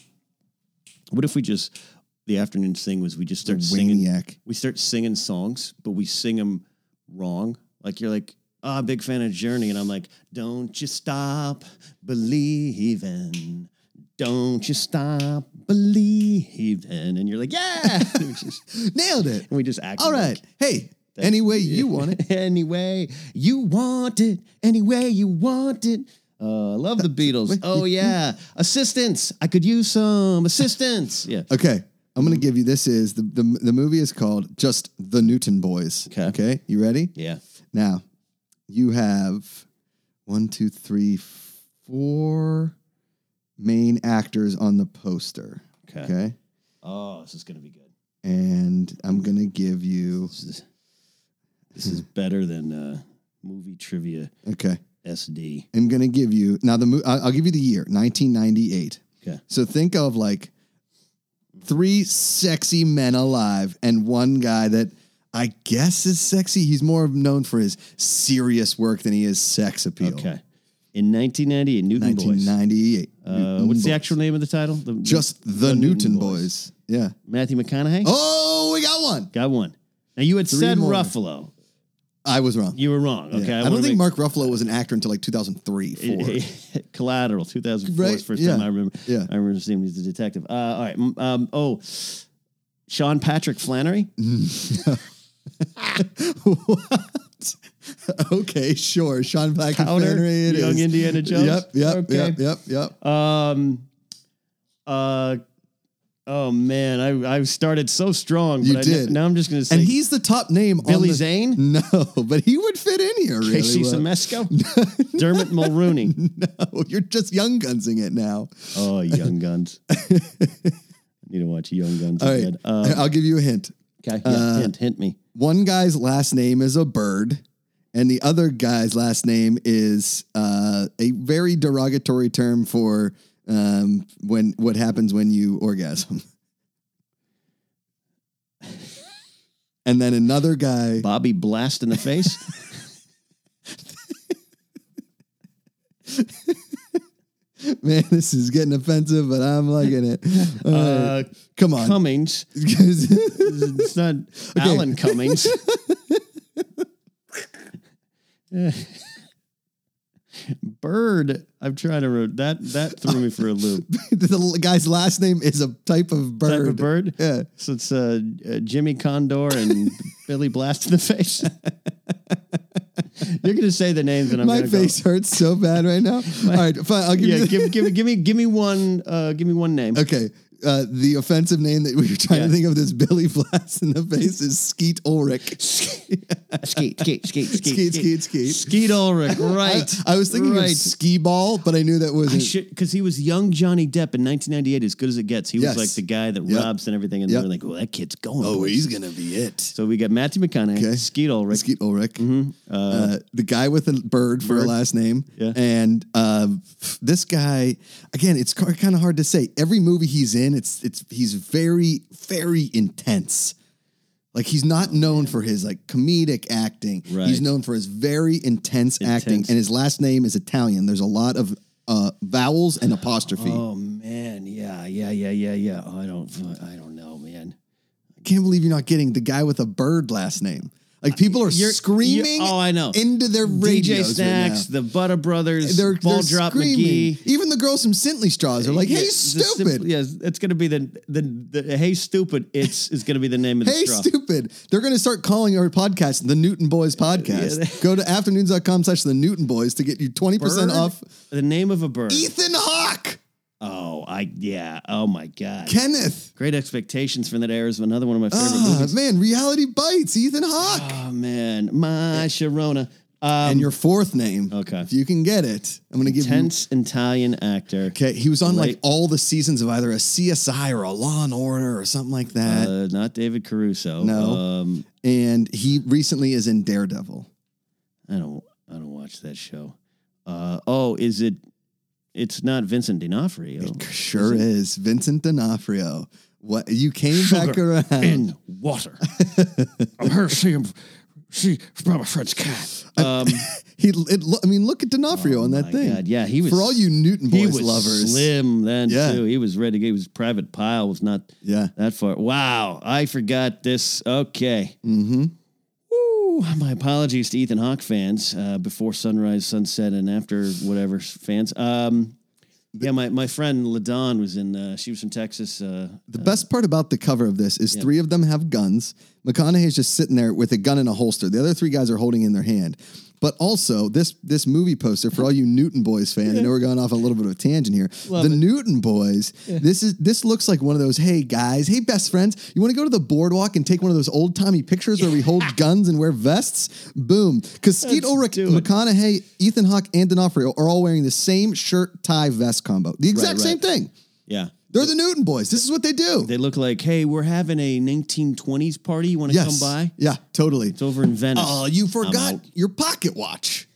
what if we just the afternoon thing was we just start singing?
Waniac.
We start singing songs, but we sing them wrong. Like you're like, oh, I'm a big fan of Journey, and I'm like, don't you stop believing. Don't you stop believing. And you're like, yeah. (laughs) and we just, (laughs)
Nailed it.
and we just act.
All
like-
right. Hey, any way you want
(laughs)
it.
anyway you want it. Any way you want it. Uh, I love the Beatles.
(laughs)
Oh yeah, assistance. I could use some
(laughs)
assistance. Yeah.
Okay. I'm going to give you this is the, the the movie is called Just the Newton Boys.
Okay.
Okay. You ready?
Yeah.
Now, you have one, two, three, four main actors on the poster.
Okay.
Okay.
Oh, this is gonna be good.
And I'm going to give you.
This is this is better than uh, movie trivia
Okay.
SD.
I'm going to give you. Now, the mo- I'll I'll give you the year 1998.
Okay.
So think of like three sexy men alive and one guy that I guess is sexy. He's more known for his serious work than he is sex appeal.
Okay. In 1998, Newton Boys.
1998.
Uh, what's the actual name of the title? The, the-
Just the,
The
Newton,
Newton
Boys. Yeah.
Matthew McConaughey.
Oh, we got one.
Got one. Now you had said
more.
Ruffalo.
I was wrong.
You were wrong. Okay.
Yeah. I,
wanna
don't think
make-
Mark Ruffalo was an actor until
(laughs)
like 2003, four.
Collateral, 2004
Right,
is the first
yeah,
time I remember.
yeah. (laughs)
I remember seeing him as a detective. Uh, all right. m- Um, oh, Sean Patrick Flannery.
what? (laughs) okay, sure. Sean Black
Powder,
it
Young
is.
Indiana Jones.
Yep, yep,
Okay.
yep, yep, yep.
Um, uh, oh man, I, I started so strong.
You
but I,
did.
now I'm just going to say
and he's the top name on
Billy
the-
Zane,
(laughs) No, but he would fit in
(laughs)
here. Really
Casey
well.
Semesco, Dermot Mulrooney.
(laughs) No, you're just young gunsing it now.
Oh, Young
(laughs)
Guns. Need to watch Young Guns.
All right,
again.
(laughs)
Um,
I'll give you a hint.
okay, yeah,
uh,
hint, hint me.
One guy's last name is a bird, and the other guy's last name is uh, a very derogatory term for um, when what happens when you orgasm. (laughs) and then another guy.
Bobby Blast in the face.
Man, this is getting offensive, but I'm liking it. All
(laughs)
right.
Uh,
come (laughs) on.
Cummings. It's
(laughs)
not Alan Cummings. Bird. I'm trying to re- that that threw me for a loop.
(laughs) the guy's last name is a type of bird.
Type of bird.
Yeah.
So it's
(laughs)
uh, uh, Jimmy Condor and Billy Blast in the face. You're gonna say the names, and I'm
My
gonna
face (laughs) hurts so bad right
(laughs)
now. All right, fine. I'll
Go,
give
yeah,
you.
give, give, give me, give me one, uh, give me one name.
(laughs) okay. (laughs) Uh, the offensive name that we were trying
Yeah.
to think of that's Billy Blast in the face is Skeet Ulrich.
Skeet, skeet, skeet,
Skeet, skeet, skeet.
Skeet Ulrich, right?
(laughs) I was thinking
right.
of skee ball, but I knew that wasn't.
because he was young Johnny Depp in 1998, as good as it gets. He was
Yes.
like the guy that
Yep.
robs and everything, and
Yep.
they're like, "Well, that kid's going."
oh,
places."
he's gonna be it.
So we got Matthew McConaughey,
Okay.
Skeet Ulrich,
Skeet Ulrich,
Mm-hmm.
uh, the guy with a bird for a
Bird.
last name,
Yeah.
and uh, this guy again. It's kind of hard to say. Every movie he's in, it's it's he's very very intense. Like he's not known for his like comedic acting. He's
Oh, Right.
known for his very intense, acting,
Intense.
and his last name is Italian. There's a lot of uh, vowels and apostrophe.
Oh man, yeah, yeah, yeah, yeah, yeah. Oh, I don't, I don't know, man.
can't believe you're not getting the guy with a bird last name. Like people are
You're-
screaming.
you're- oh, I know.
Into their
DJ
radios right
Snacks,
now.
the Butter Brothers,
They're,
Ball
they're
Drop
screaming.
McGee.
Even the girls from Sintly Straws are like, "Hey,
Yeah, the
stupid!
simple- yes, it's gonna be the, the the Hey Stupid.
(laughs)
It's is gonna be the name of the
hey,
straw.
stupid!" They're going to start calling our podcast the Newton Boys Podcast.
Yeah. (laughs)
Go to afternoons.com/slash the Newton Boys to get you twenty percent
Bird?
off. E
The name of a bird.
Ethan Hawke,
Oh, I yeah. Oh my God.
Kenneth.
Great Expectations from that era is another one of my favorite
Ah,
movies.
man, Reality Bites. Ethan Hawke.
Oh man, my Sharona. Um,
and your fourth name,
Okay.
if you can get it, I'm going to give you
tense Italian actor.
Okay, he was on like
Late.
all the seasons of either a CSI or a Law and Order or something like that.
Uh, not David Caruso.
No.
Um,
and he recently is in Daredevil.
I don't. I don't watch that show. Uh, oh, is it? It's not Vincent D'Onofrio.
Sure is, Vincent D'Onofrio. What you came back
sugar
(laughs)
around?
in
(laughs)
water. I'm her. She, she from a
(laughs)
French cat.
Um,
he, it, lo- I mean, look at D'Onofrio on that
Oh my
thing.
God, yeah, he was
For all you Newton
he
Boys
was
lovers,
slim then
Yeah.
too. He was ready. to go. He was Private Pile was not
yeah,
that far. Wow, I forgot this. Okay.
mm-hmm.
Woo. My apologies to Ethan Hawke fans. Uh, before sunrise, sunset, and after whatever fans. Um, yeah, my, my friend Ladon was in. Uh, she was from Texas. Uh,
The best part about the cover of this is three of them have guns. McConaughey's just sitting there with a gun in a holster. The other three guys are holding in their hand. But also this this movie poster for all you Newton Boys fans. I know we're going off a little bit of a tangent here. the Newton Boys. This is this looks like one of those. Hey guys, hey best friends, you want to go to the boardwalk and take one of those old timey pictures where we
(laughs)
hold guns and wear vests? Boom. Because Skeet Ulrich,
do it.
McConaughey, Ethan Hawke, and D'Onofrio are all wearing the same shirt tie vest combo. The exact
right.
same thing.
yeah.
They're the Newton Boys. This is what they do.
They look like, hey, we're having a 1920s party. You want to come by?
Yeah, totally.
It's over in Venice.
Oh, you forgot
out.
your pocket watch.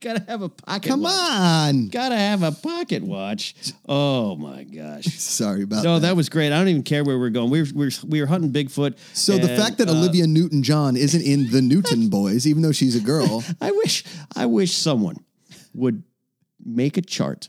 gotta have a pocket.
Come
watch.
on.
Gotta have a pocket
(laughs)
watch. Oh my gosh.
Sorry about
No,
that.
that was great. I don't even care where we're going. We were, we were, we were hunting Bigfoot.
So the
and,
fact that
uh,
Olivia Newton John isn't in
(laughs)
the Newton Boys, even though she's a girl,
I wish I wish someone would make a chart.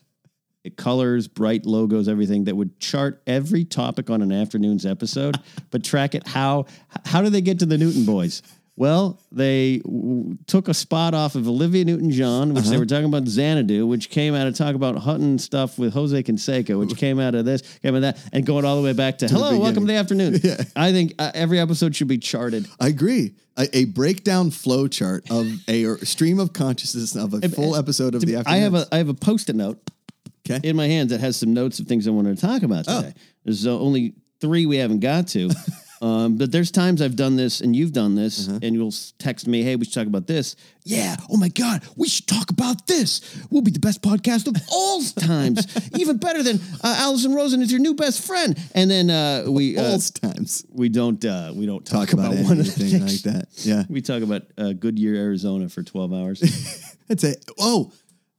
It colors, bright logos, everything that would chart every topic on an afternoon's (laughs) episode, but track it. How how do they get to the Newton boys? Well, they w- took a spot off of Olivia Newton-John, which they were talking about Xanadu, which came out of talk about hunting stuff with Jose Canseco, which came out of this, came out of that, and going all the way back to, hello, welcome to the (laughs) afternoon. I think uh, every episode should be charted.
I agree. A, a breakdown flow chart of a or stream of consciousness of a full episode of the afternoon.
I have a I have a post-it note
okay. Oh.
in my hands that has some notes of things I wanted to talk about today. There's uh, only three we haven't got
(laughs)
to. um, but there's times I've done this and you've done this,
Uh-huh.
and you'll s- text me, hey, we should talk about this.
Yeah. Oh my God. We should talk about this. We'll be the best podcast of all
(laughs)
Times even better than uh, Allison Rosen is your new best friend, and then uh, we uh,
all times
we don't uh, we don't talk,
talk about,
one of the
anything
things.
like that. Yeah,
We talk about uh, Goodyear, Arizona for twelve
(laughs)
hours.
that's it. Oh,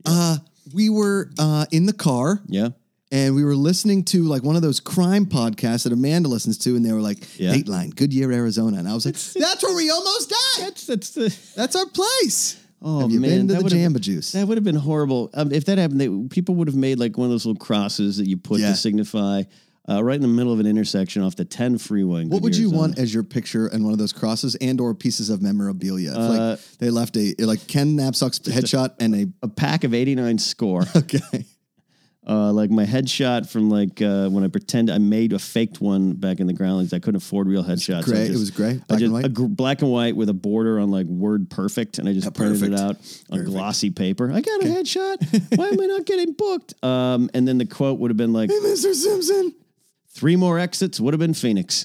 uh, we were uh, in the car.
yeah,
and we were listening to like one of those crime podcasts that Amanda listens to, and they were like
Yeah.
Dateline, Goodyear, Arizona, and I was like, "That's where we almost died.
that's that's the.
That's our place."
Oh
Have you
man,
been to
that
the
would've-
Jamba Juice?
That would have been horrible. Um, if that happened, they, people would have made like one of those little crosses that you put
Yeah.
to signify uh, right in the middle of an intersection off the 10 freeway. in
What would
Goodyear,
you
Arizona.
want as your picture in one of those crosses and or pieces of memorabilia? If,
Uh,
like
(laughs)
they left a like Ken Knapsack's headshot and a (laughs)
A pack of 89 score.
okay.
Uh, like my headshot from like uh, when I pretend I made a faked one back in the groundlings. I couldn't afford real headshots. so I
gray- it was gray?
I
Black and
just-
white?
a gr- black and white with a border on like word perfect, and I just printed it
perfect.
out on glossy paper. I got a
(laughs)
headshot. Why am I not getting booked? Um, and then the quote would have been like,
Hey, Mr. Simpson.
three more exits would have been
(laughs)
Phoenix.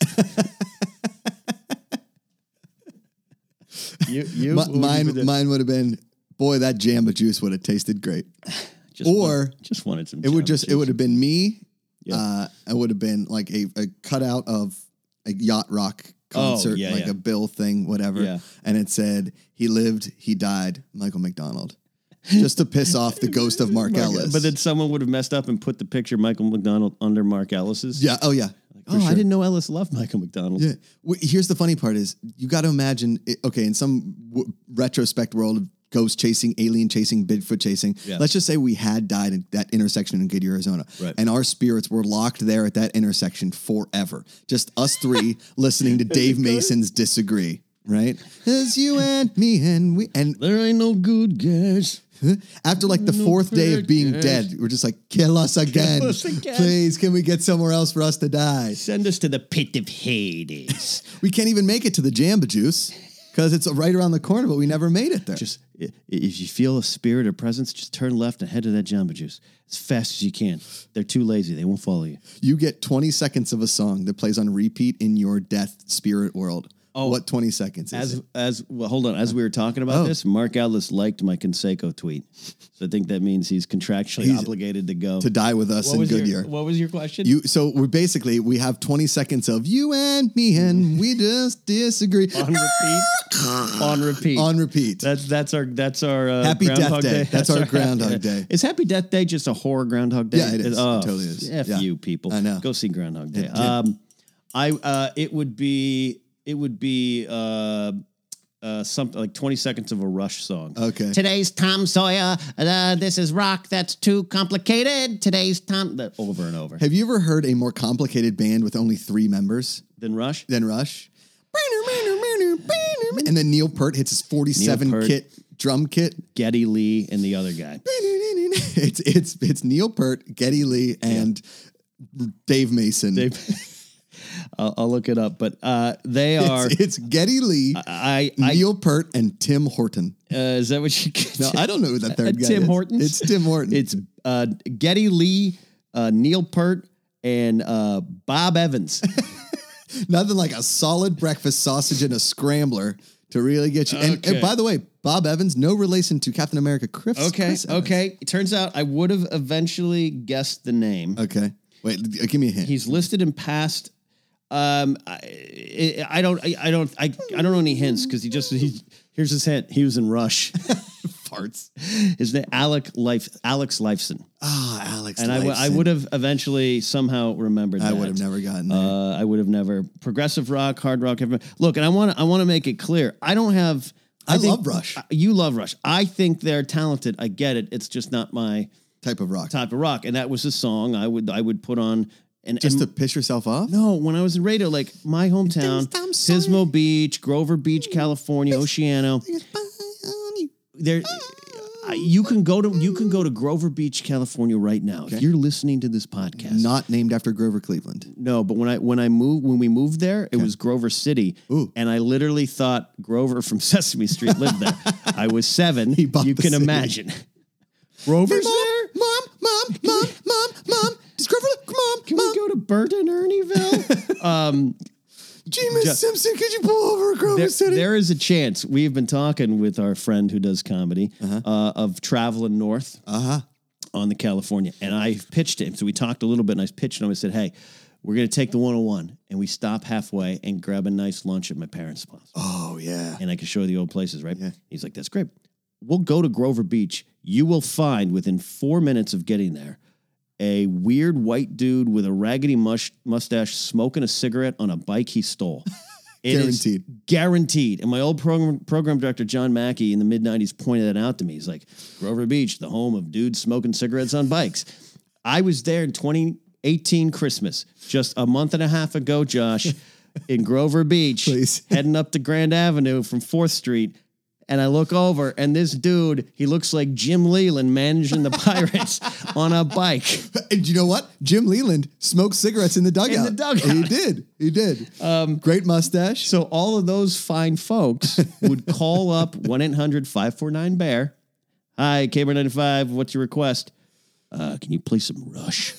you, you,
Mi-
what would you put
mine,
that-
mine would have been, boy, that Jamba juice would have tasted great.
just
or
wanted- just wanted some.
It would just, it would have been me.
Yeah.
Uh, it would have been like a, a cutout of a yacht rock
Oh,
concert,
yeah,
like
yeah.
a Bill thing, whatever.
Yeah.
And it said, he lived, he died, Michael
(laughs)
McDonald. Just to piss off the ghost of Mark, Ellis.
But then someone would have messed up and put the picture of Michael McDonald under Mark Ellis's.
yeah, oh yeah.
Oh, I didn't know Ellis loved Michael McDonald.
Yeah. Wh- Here's the funny part is you got to imagine, it, okay, in some w- retrospect world of ghost chasing, alien chasing, Bigfoot chasing,
Yeah.
let's just say we had died at that intersection in Goodyear, Arizona.
Right.
And our spirits were locked there at that intersection forever. Just us
(laughs)
three listening to Dave Mason's Disagree, right? It's you and me and we. And
There ain't no good guys.
after like the fourth day of being dead, we're just like, kill us again.
us again.
Please, can we get somewhere else for us to die?
Send us to the pit of Hades.
We can't even make it to the Jamba Juice because it's right around the corner, but we never made it there.
just (laughs) i- if you feel a spirit or presence, just turn left and head to that Jamba Juice as fast as you can. They're too lazy; they won't follow you.
you get 20 seconds of a song that plays on repeat in your death spirit world. Oh, what 20 seconds is
As
it? Oh.
as well, hold on, as we were talking about this, Mark Ellis liked my Conseco tweet, so I think that means he's contractually obligated to go.
to die with us in Goodyear?
what was your question?
you so we're basically we have 20 seconds of you and
(laughs)
me and we just disagree
on repeat. on repeat.
on repeat.
That's that's our that's our uh,
Happy Death
Groundhog
Day. That's our Groundhog
Happy
Day.
Is Happy Death Day just a horror Groundhog Day?
Yeah, it is. It
Oh,
totally is.
F
Yeah.
you people.
I know.
Go see Groundhog Day.
yeah.
Um, I uh, it would be it would be uh, uh, something like twenty seconds of a Rush song.
Okay.
Today's Tom Sawyer. Uh, this is rock. That's too complicated. Today's Tom. that- Over and over.
Have you ever heard a more complicated band with only 3 members
Then Rush.
than Rush? And then Neil Peart hits his 47
Peart.
kit drum kit.
Geddy Lee and the other guy.
it's it's it's Neil Peart, Getty Lee, and Dave Mason.
I'll, I'll look it up, but uh, they
it's,
are.
it's Getty Lee,
I, I
Neil Peart, and Tim Horton.
Uh, is that what you get?
No, I don't know who that third guy
Uh, Tim
is.
Hortons?
It's Tim Horton.
(laughs) It's uh, Getty Lee, uh, Neil Pert, and uh, Bob (laughs) Evans.
nothing like a solid breakfast sausage and a scrambler to really get you. And, and
Okay.
by the way, Bob Evans, no relation to Captain America. Chris.
okay,
Chris Evans.
okay. It turns out I would have eventually guessed the name.
okay. Wait, l- give me a hint.
He's listed in past. Um, I, I don't, I, I don't, I, I don't know any hints because he just he, here's his hint. He was in Rush. (laughs)
farts.
His name Alec Life Alex Lifeson,
Ah, Alex.
and I w- I
Lifeson.
would have eventually somehow remembered.
I
that.
would have never gotten there.
Uh, I would have never progressive rock, hard rock. every- Look, and I want to I want to make it clear. I don't have.
I
think-
love Rush.
I- you love Rush. I think they're talented. I get it. It's just not my
type of rock.
type of rock. And that was a song I would I would put on. And
Just
and-
to piss yourself off.
no, when I was in radio, like my hometown,
I'm sorry.
Pismo Beach, Grover Beach, California, Oceano. There,
Ah.
I- Ah, you can go to you can go to Grover Beach, California, right now. If you're listening to this podcast,
Not named after Grover Cleveland.
No, but when I when I moved when we moved there, it was Grover City,
Ooh.
and I literally thought Grover from (laughs) Sesame Street lived there. I
(laughs)
was seven.
bought
You
the
can
city.
imagine. Grover's
Mom,
there.
mom, mom, mom, mom, mom. Does Grover look? Mom,
Can
mom.
we go to Burton,
(laughs)
Ernieville? um,
James Simpson, could you pull over Grover
there,
City?
there is a chance. We've been talking with our friend who does comedy uh, of traveling north
Uh-huh.
on the California, and I pitched him. So we talked a little bit, and I pitched him. I said, "Hey, we're going to take the 101, and we stop halfway and grab a nice lunch at my parents' place."
oh yeah.
and I can show you the old places, right? He's like, that's great. We'll go to Grover Beach. You will find within four minutes of getting there a weird white dude with a raggedy mush- mustache smoking a cigarette on a bike he stole. It is
Guaranteed.
guaranteed. And my old program, program director, John Mackey, in the mid 90s pointed that out to me. He's like, Grover Beach, the home of dudes smoking cigarettes on bikes. I was there in 2018 Christmas, just a month and a half ago,
(laughs)
Josh, in Grover Beach,
Please. (laughs)
heading up to Grand Avenue from 4th Street. And I look over, and this dude, he looks like Jim Leland managing the (laughs) Pirates on a bike.
And you know what? Jim Leland smoked cigarettes in the dugout.
the dugout. Um,
He did. He did. Great mustache.
So all of those fine folks would call up 1 800 549 Bear. Hi, Caber 95, what's your request? Uh, can you play some Rush?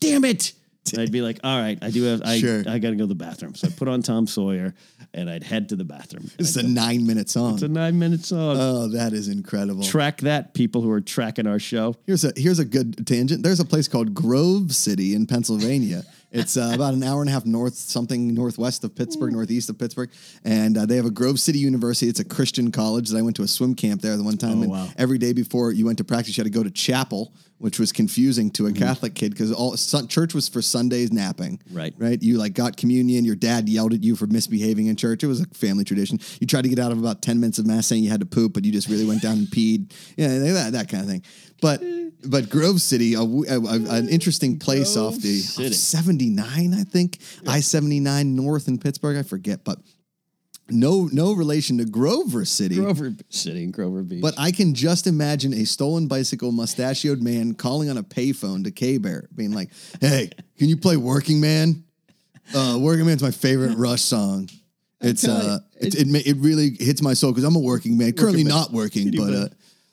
Damn it. And I'd be like, all right, I do have, I,
Sure.
I got to go to the bathroom. So I put on Tom Sawyer and I'd head to the bathroom.
It's a nine minute song.
It's a nine minute song.
oh, that is incredible.
Track that, people who are tracking our show.
Here's a here's a good tangent. There's a place called Grove City in Pennsylvania. It's uh, about an hour and a half north, something northwest of Pittsburgh,
Hmm.
northeast of Pittsburgh, and uh, they have a Grove City University. It's a Christian college that I went to a swim camp there the one time. and
Oh, wow.
Every day before you went to practice, you had to go to chapel, which was confusing to a
Hmm.
Catholic kid because all sun, church was for Sundays napping.
Right.
right. You like got communion. Your dad yelled at you for misbehaving in church. It was a family tradition. You tried to get out of about ten minutes of mass saying you had to poop, but you just really went down and peed. (laughs) Yeah, that, that kind of thing. But but Grove City, a, w- a- a- an interesting place off the
City.
seventy nine, I think I seventy nine north in Pittsburgh. I forget, but. No, no relation to Grover City.
Grover City and Grover Beach.
But I can just imagine a stolen bicycle mustachioed man calling on a payphone to K Bear, being like, hey, can you play Working Man? Uh, Working Man's my favorite Rush song. It's
telling
uh,
you,
it, it, ma- it really hits my soul because I'm a working man, currently not working, but uh,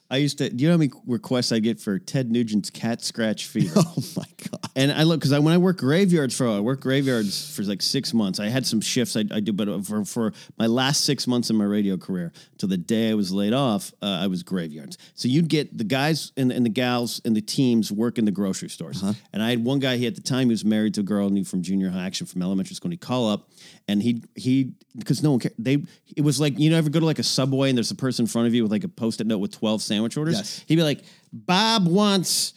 I used to, do you know how many requests I get for Ted Nugent's cat scratch fever?
(laughs) oh my god,
And I look because I when I work graveyards for I work graveyards for like six months. I had some shifts I, I do, but uh, for for my last six months in my radio career till the day I was laid off, uh, I was graveyards. So you'd get the guys and, and the gals and the teams work in the grocery stores. And I had one guy he at the time he was married to a girl I knew from junior high, actually from elementary school. And he'd call up, and he he because no one cared. They it was like you know ever go to like a subway and there's a person in front of you with like a post it note with twelve sandwich orders.
Yes.
He'd be like, Bob wants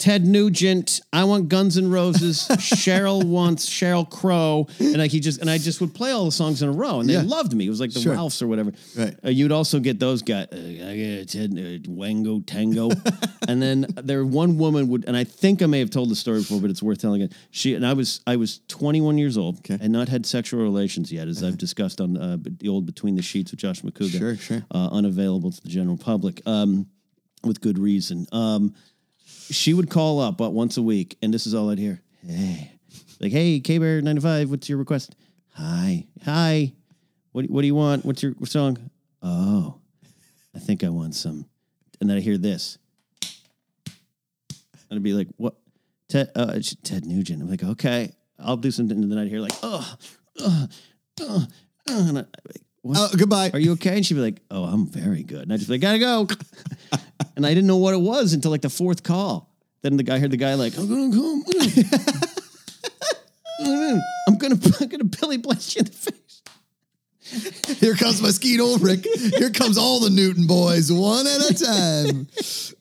Ted Nugent. I want Guns N' Roses.
(laughs)
Cheryl wants Cheryl Crow. And like he just and I just would play all the songs in a row, and they
Yeah.
loved me. It was like the
Sure.
Ralphs or whatever.
Right.
Uh, you'd also get those guys. Uh, I get Ted uh, Wango
(laughs)
Tango, and then there one woman would, and I think I may have told the story before, but it's worth telling it. She and I was I was 21 years old and not had sexual relations yet, as
Uh-huh.
I've discussed on uh, the old Between the Sheets with Josh McCougar.
Sure, sure.
Uh, unavailable to the general public. Um, with good reason. Um, she would call up uh, once a week, and this is all I'd hear. Hey, like, hey, K Bear ninety five, what's your request? Hi, hi. What what do you want? What's your song? Oh, I think I want some. And then I hear this, and I'd be like, what? Ted uh, it's Ted Nugent. I'm like, okay, I'll do something. And then I'd hear like, oh, and I, what?
oh, goodbye.
are you okay? And she'd be like, oh, I'm very good. And I just be like, gotta go. (laughs) and I didn't know what it was until like the fourth call. Then the guy heard the guy like, I'm gonna come. (laughs) I'm gonna I'm gonna Billy bless you in the face.
Here comes Mesquite Ulrich. Here comes all the Newton boys,
(laughs)
one at a time.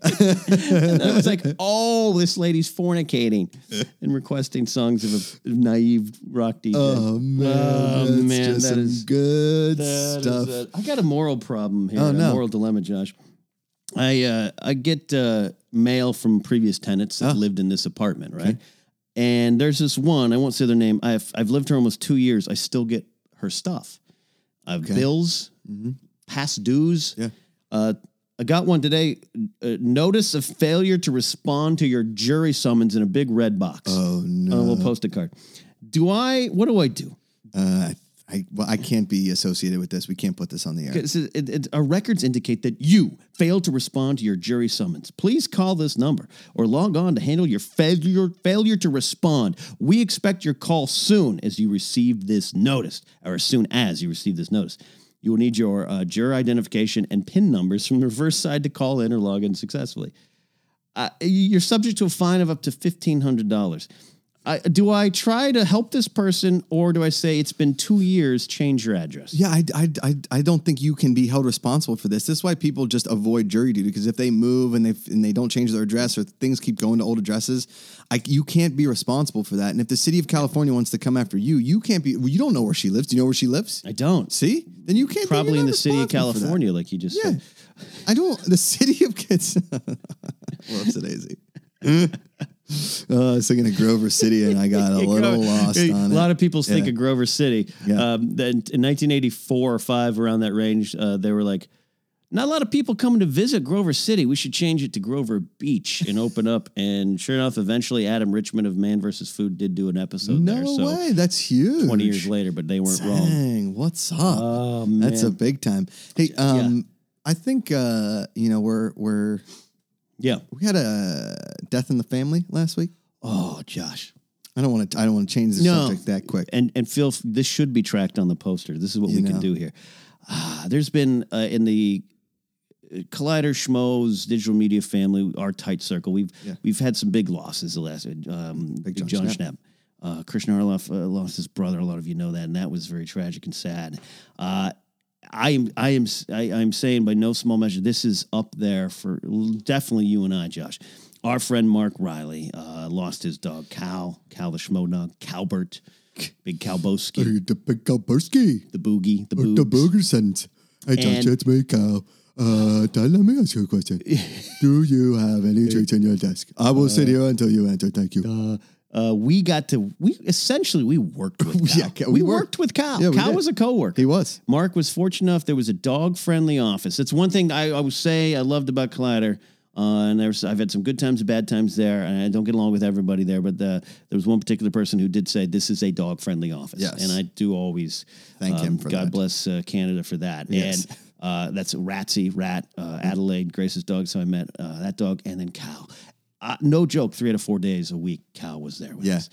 And then it was like, oh, this lady's fornicating and requesting songs of a naive rock DJ.
Oh man,
Oh,
that's
man,
just
that
some
is-
good
That is
stuff.
it. I got a moral problem here.
Oh,
A
no.
moral dilemma, Josh. I uh, I get uh, mail from previous tenants that lived in this apartment, right? And there's this one. I won't say their name. I've I've lived here almost two years. I still get her stuff. I have bills, past dues.
Mm-hmm. Yeah.
Uh, I got one today. Uh, notice of failure to respond to your jury summons in a big red box
oh
on a
no,
little post-it card. Do I? What do I do?
uh, I well, I can't be associated with this. We can't put this on the air.
It says- it- it- our records indicate that you failed to respond to your jury summons. Please call this number or log on to handle your failure, failure to respond. We expect your call soon as you receive this notice, or as soon as you receive this notice. You will need your uh, juror identification and PIN numbers from the reverse side to call in or log in successfully. Uh, you're subject to a fine of up to $1,500. I, do I try to help this person or do I say it's been two years, change your address?
Yeah, I, I, I, I don't think you can be held responsible for this. This is why people just avoid jury duty because if they move and they and they don't change their address or things keep going to old addresses, I, you can't be responsible for that. And if the city of California wants to come after you, you can't be. Well, you don't know where she lives. Do you know where she lives?
I don't.
See, then you can't. be-
probably
you're
in
not
the city of
responsible for that.
California, like you just
Yeah,
said.
I don't. The city of (laughs) kids. Loves it easy. (laughs) uh, I was thinking of Grover City, and I got a
(laughs)
little lost
a
on
lot
it.
of people think
Yeah.
of Grover City.
Yeah.
Um, then in 1984 or five, around that range, uh, they were like, Not a lot of people coming to visit Grover City. We should change it to Grover Beach and open (laughs) up. And sure enough, eventually Adam Richmond of Man vs. Food did do an episode
No
there. So
way. That's huge.
20 years later, but they weren't wrong.
Dang, what's up?
Oh, man.
That's a big time. Hey, um, I think uh, you know we're we're
Yeah.
we had a death in the family last week.
Oh, Josh.
I don't want to. I don't want to change the
No.
subject that quick.
and and Phil, this should be tracked on the poster. This is what we can
know.
do here. Ah, there's been uh, in the uh, Collider Schmoes digital media family, our tight circle. We've
Yeah.
we've had some big losses the last um, Big John,
John
Schnapp. Uh, Krishna Arloff uh, lost his brother. A lot of you know that, and that was very tragic and sad. Uh, I am, I am, s- I, am saying by no small measure, this is up there for l- definitely you and I, Josh. Our friend Mark Riley uh, lost his dog Cal, Cal the Schmo dog, Calbert, Big Calboski,
The big Kalburski,
the Boogie, the
the
Boob.
burger sentence. Hey,
And-
Josh, it's me, Kyle. Uh, Dad, let me ask you
(laughs)
a question. Do you have any treats on your desk? I will sit here until you answer. Thank you.
Uh, we got to we essentially we worked with Cal.
(laughs) Yeah, Cal-
we,
we
worked
worked.
with Cal.
Yeah, we
Cal
did.
was a coworker.
he was.
Mark was fortunate enough there was a dog friendly office. That's one thing I, I would say I loved about Collider. Uh, and there's, I've had some good times and bad times there, and I don't get along with everybody there. But the, there was one particular person who did say this is a dog friendly office,
Yes.
and I do always um,
Thank him for
God
that.
bless uh, Canada for that.
Yes.
And uh, that's Ratsy Rat uh, Adelaide Grace's dog. So I met uh, that dog, and then Cow. Uh, no joke, three out of four days a week, Cow was there with
Yeah.
us.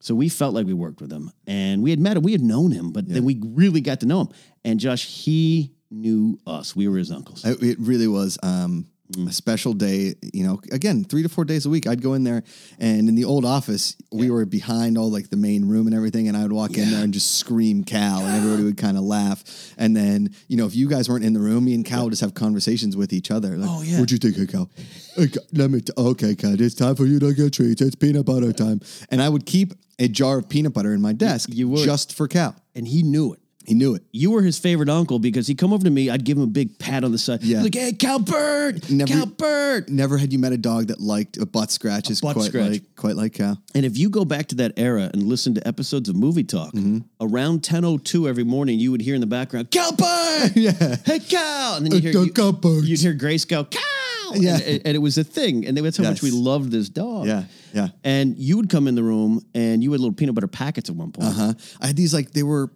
So we felt like we worked with him, and we had met him, we had known him, but then we really got to know him. And Josh, he knew us. We were his uncles.
It, it really was um,
Mm.
a special day. You know, again, three to four days a week, I'd go in there, and in the old office, we were behind all like the main room and everything, and I would walk in there and just scream Cal, and everybody would kind of laugh. And then, you know, if you guys weren't in the room, me and Cal would just have conversations with each other. Like,
Oh, yeah.
What'd you think of Cal? "Hey, Cal, Let me. T- okay, Cal, it's time for you to get treats. It's peanut butter time. And I would keep a jar of peanut butter in my desk,
you would.
just for Cal.
and he knew it.
He knew it.
You were his favorite uncle because he'd come over to me, I'd give him a big pat on the side.
Yeah.
Like, hey, Calbert,
Never-
Calbert.
Never had you met a dog that liked a butt scratches
butt
quite
scratch.
like quite like Cal.
(laughs) And if you go back to that era and listen to episodes of Movie Talk,
Mm-hmm.
around 10.02 every morning, you would hear in the background,
(laughs)
Cowboy!
Yeah.
Hey, Cal! And then you'd hear,
Uh,
you,
Cowboy.
would hear Grace go, Cal!
Yeah.
And, and it was a thing. And that's how much
Yes.
we loved this dog.
Yeah, yeah.
And you would come in the room and you had little peanut butter packets at one point.
Uh-huh. I had these like they were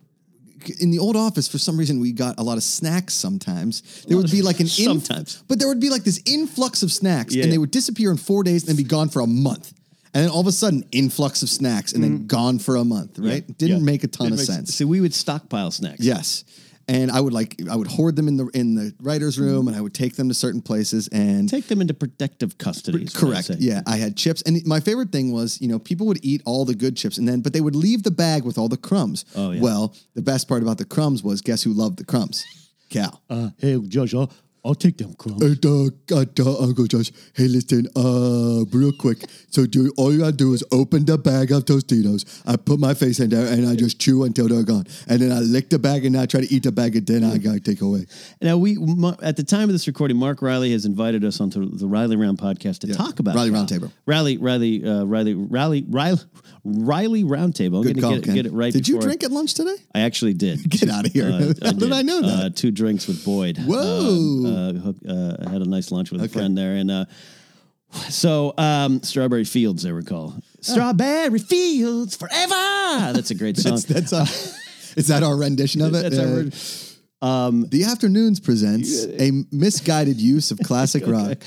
in the old office for some reason we got a lot of snacks sometimes. There would be like
(laughs)
an inf-
Sometimes.
but there would be like this influx of snacks
Yeah.
and they would disappear in 4 days and then be gone for a month. And then all of a sudden influx of snacks and then gone for a month, right? Didn't
Mm. Yeah.
make a ton
Didn't
of
make-
sense.
So we would stockpile snacks.
Yes. And I would like I would hoard them in the in the writer's room and I would take them to certain places and
Take them into protective custody. is what I'd
Correct.
say.
Yeah, I had chips, and my favorite thing was, you know, people would eat all the good chips, and then but they would leave the bag with all the crumbs.
Oh, yeah.
Well, the best part about the crumbs was, guess who loved the
(laughs)
crumbs? Cal.
Uh, hey, Josh, I'll, I'll take them crumbs.
Uh, duh, uh, duh, Uncle Josh. Hey, listen, uh, real quick. So, do all you gotta do is open the bag of Tostitos. I put my face in there and I just chew until they're gone, and then I lick the bag and I try to eat the bag, and then I gotta take away.
Now we Ma- at the time of this recording, Mark Riley has invited us onto the Riley Round podcast to talk about
Riley
Cal.
Roundtable.
Riley, Riley, uh, Riley, Riley, Riley, Riley Roundtable. I'm
Good
gonna
call,
get, it-
Ken.
get it right.
Did you
before-
drink at lunch
(laughs)
today?
I actually did.
(laughs) Get out of here!
Uh,
How did I know that?
Uh, two drinks with Boyd.
Whoa.
Uh, uh, hook- uh, I had a nice lunch with a friend there, and uh, so um, Strawberry Fields, I recall. Strawberry Fields forever. Ah, (laughs) That's a great song.
That's our, is that our rendition of it? Uh,
That's our word.
the afternoons presents a misguided use of
(laughs)
classic rock.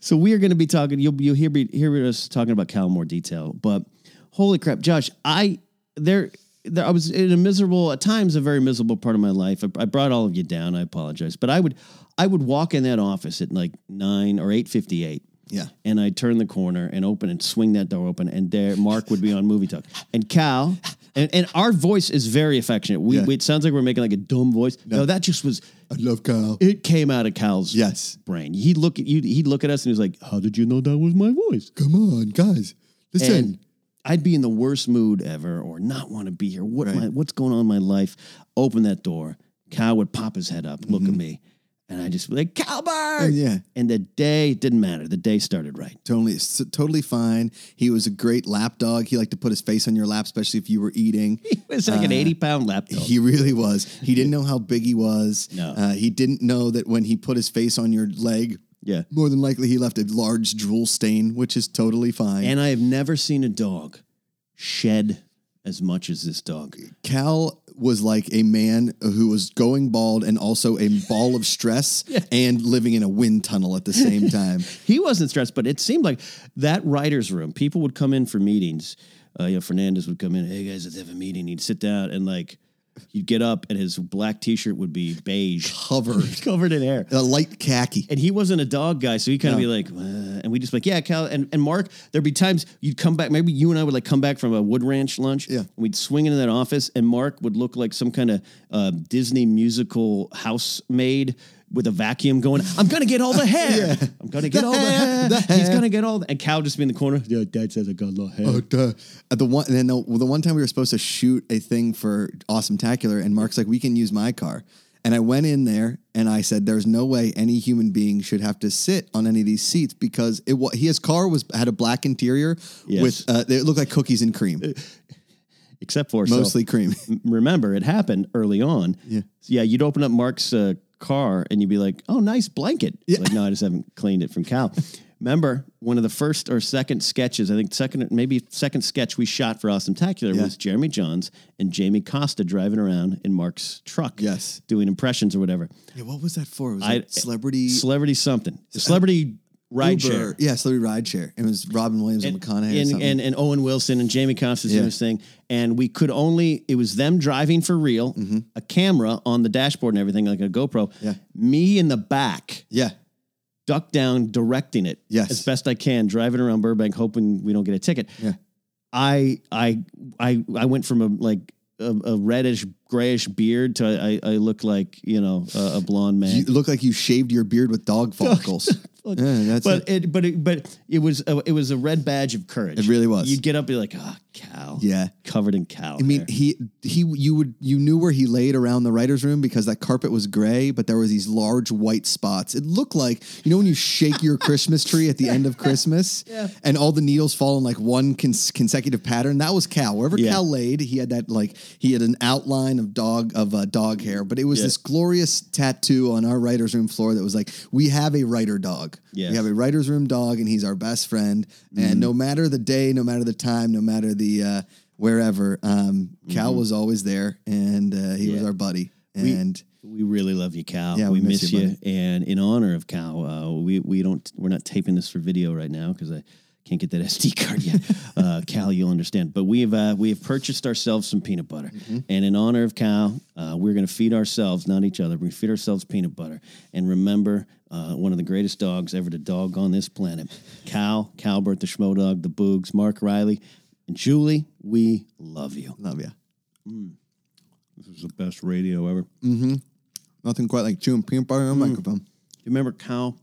So we are going to be talking. You'll you'll hear me hear us talking about Cal in more detail. But holy crap, Josh! I there. There, I was in a miserable, at times a very miserable part of my life. I, I brought all of you down. I apologize, but I would, I would walk in that office at like nine or eight fifty eight.
Yeah.
and I'd turn the corner and open and swing that door open, and there Mark would be on movie talk, and Cal, and, and our voice is very affectionate. We,
Yeah.
we it sounds like we're making like a dumb voice. no that just was
I love Kyle.
it came out of Cal's
Yes.
brain. He'd look at you, he'd look at us and he was like, How did you know that was my voice?
Come on, guys. Listen.
And I'd be in the worst mood ever or not want to be here. What my, what's going on in my life? Open that door. Cal would pop his head up, look at me. And I just was like, Calbert.
Uh, Yeah.
Mm-hmm. And the day didn't matter. The day started right. (laughs)
Totally, s- totally fine. He was a great lap dog. He liked to put his face on your lap, especially if you were eating.
It was like an 80 pound lap dog.
He really was. He didn't know how big he was.
No.
Uh, he didn't know that when he put his face on your leg,
yeah.
more than likely he left a large drool stain, which is totally fine.
And I have never seen a dog shed as much as this dog.
Cal was like a man who was going bald and also a ball of stress and living in a wind tunnel at the same time.
He wasn't stressed, but it seemed like that writer's room, people would come in for meetings. Uh, you know, Fernandez would come in, hey guys, let's have a meeting. He'd sit down and like, you'd get up and his black t shirt would be beige, (laughs)
Covered.
covered in hair.
A light khaki.
and he wasn't a dog guy, so he kind of be like, "Uh," and we just be like, yeah, Cal. And, and Mark, there'd be times you'd come back, maybe you and I would like come back from a wood ranch lunch,
Yeah.
and we'd swing into that office, and Mark would look like some kind of uh, Disney musical housemaid with a vacuum going. I'm gonna get (laughs) all the hair. I'm gonna get all (laughs)
hair,
the
the
hair. He's gonna get all. The, and Cal just be in the corner. Yeah, Dad says I got a little hair.
But, uh, the one, and then the, the one time we were supposed to shoot a thing for Awesome Tacular, and Mark's like, "We can use my car." And I went in there and I said, "There's no way any human being should have to sit on any of these seats because it wa- his car was had a black interior
Yes.
with uh, it looked like cookies and cream,
Except for so-
mostly cream."
m- remember it happened early on. Yeah. Yeah. You'd open up Mark's uh, car and you'd be like, oh, nice blanket. It's Like, no, I just haven't cleaned it from Cal. remember one of the first or second sketches, I think second, maybe second sketch we shot for Awesome Tacular was Jeremy Johns and Jamie Costa driving around in Mark's truck.
Yes.
Doing impressions or whatever.
(laughs) yeah, what was that for? Was
I-
it celebrity
Celebrity something. Celebrity ride share.
Uber? Yeah, celebrity ride share. It was Robin Williams and, McConaughey. or
and,
something.
and and Owen Wilson and Jamie Costa doing
Yeah.
his thing, and we could only it was them driving for real, a camera on the dashboard and everything like a GoPro.
Mm-hmm. Yeah.
me in the back,
yeah,
duck down, directing it
Yes.
as best I can, driving around Burbank, hoping we don't get a ticket.
Yeah.
I I I I went from a like a, a reddish grayish beard to I I look like you know a, a blonde man.
you look like you shaved your beard with dog
(laughs)
follicles. yeah, that's it.
but it, but it, but it was a, it was a red badge of courage.
It really was.
You'd get up, and be like, ah, cow.
Yeah.
covered in cow.
I mean, he he you would you knew where he laid around the writer's room because that carpet was gray, but there was these large white spots. It looked like you know when you shake your Christmas tree at the end of Christmas, and all the needles fall in like one cons- consecutive pattern. That was Cal. Wherever
Yeah.
Cal laid, he had that like he had an outline of dog of uh, dog hair, but it was
Yeah.
this glorious tattoo on our writer's room floor that was like, we have a writer dog.
Yes.
We have a writer's room dog, and he's our best friend. And no matter the day, no matter the time, no matter the uh, wherever, um, Cal was always there, and uh, he was
Yeah.
our buddy. And
we really love you, Cal.
Yeah,
we,
we
miss,
miss you,
you. And in honor of Cal, uh, we we don't we're not taping this for video right now because I can't get that (laughs) SD card
(laughs)
yet. uh, Cal, you'll understand. But we've uh, we have purchased ourselves some peanut butter,
Mm-hmm.
and in honor of Cal, uh, we're going to feed ourselves, not each other. We feed ourselves peanut butter, and remember. Uh, one of the greatest dogs ever to dog on this planet. Cal, Calbert, the Schmo Dog, the Boogs, Mark Riley, and Julie, we love you.
love you.
This is the best radio ever.
Nothing quite like chewing peanut butter on a microphone.
Do you remember Cal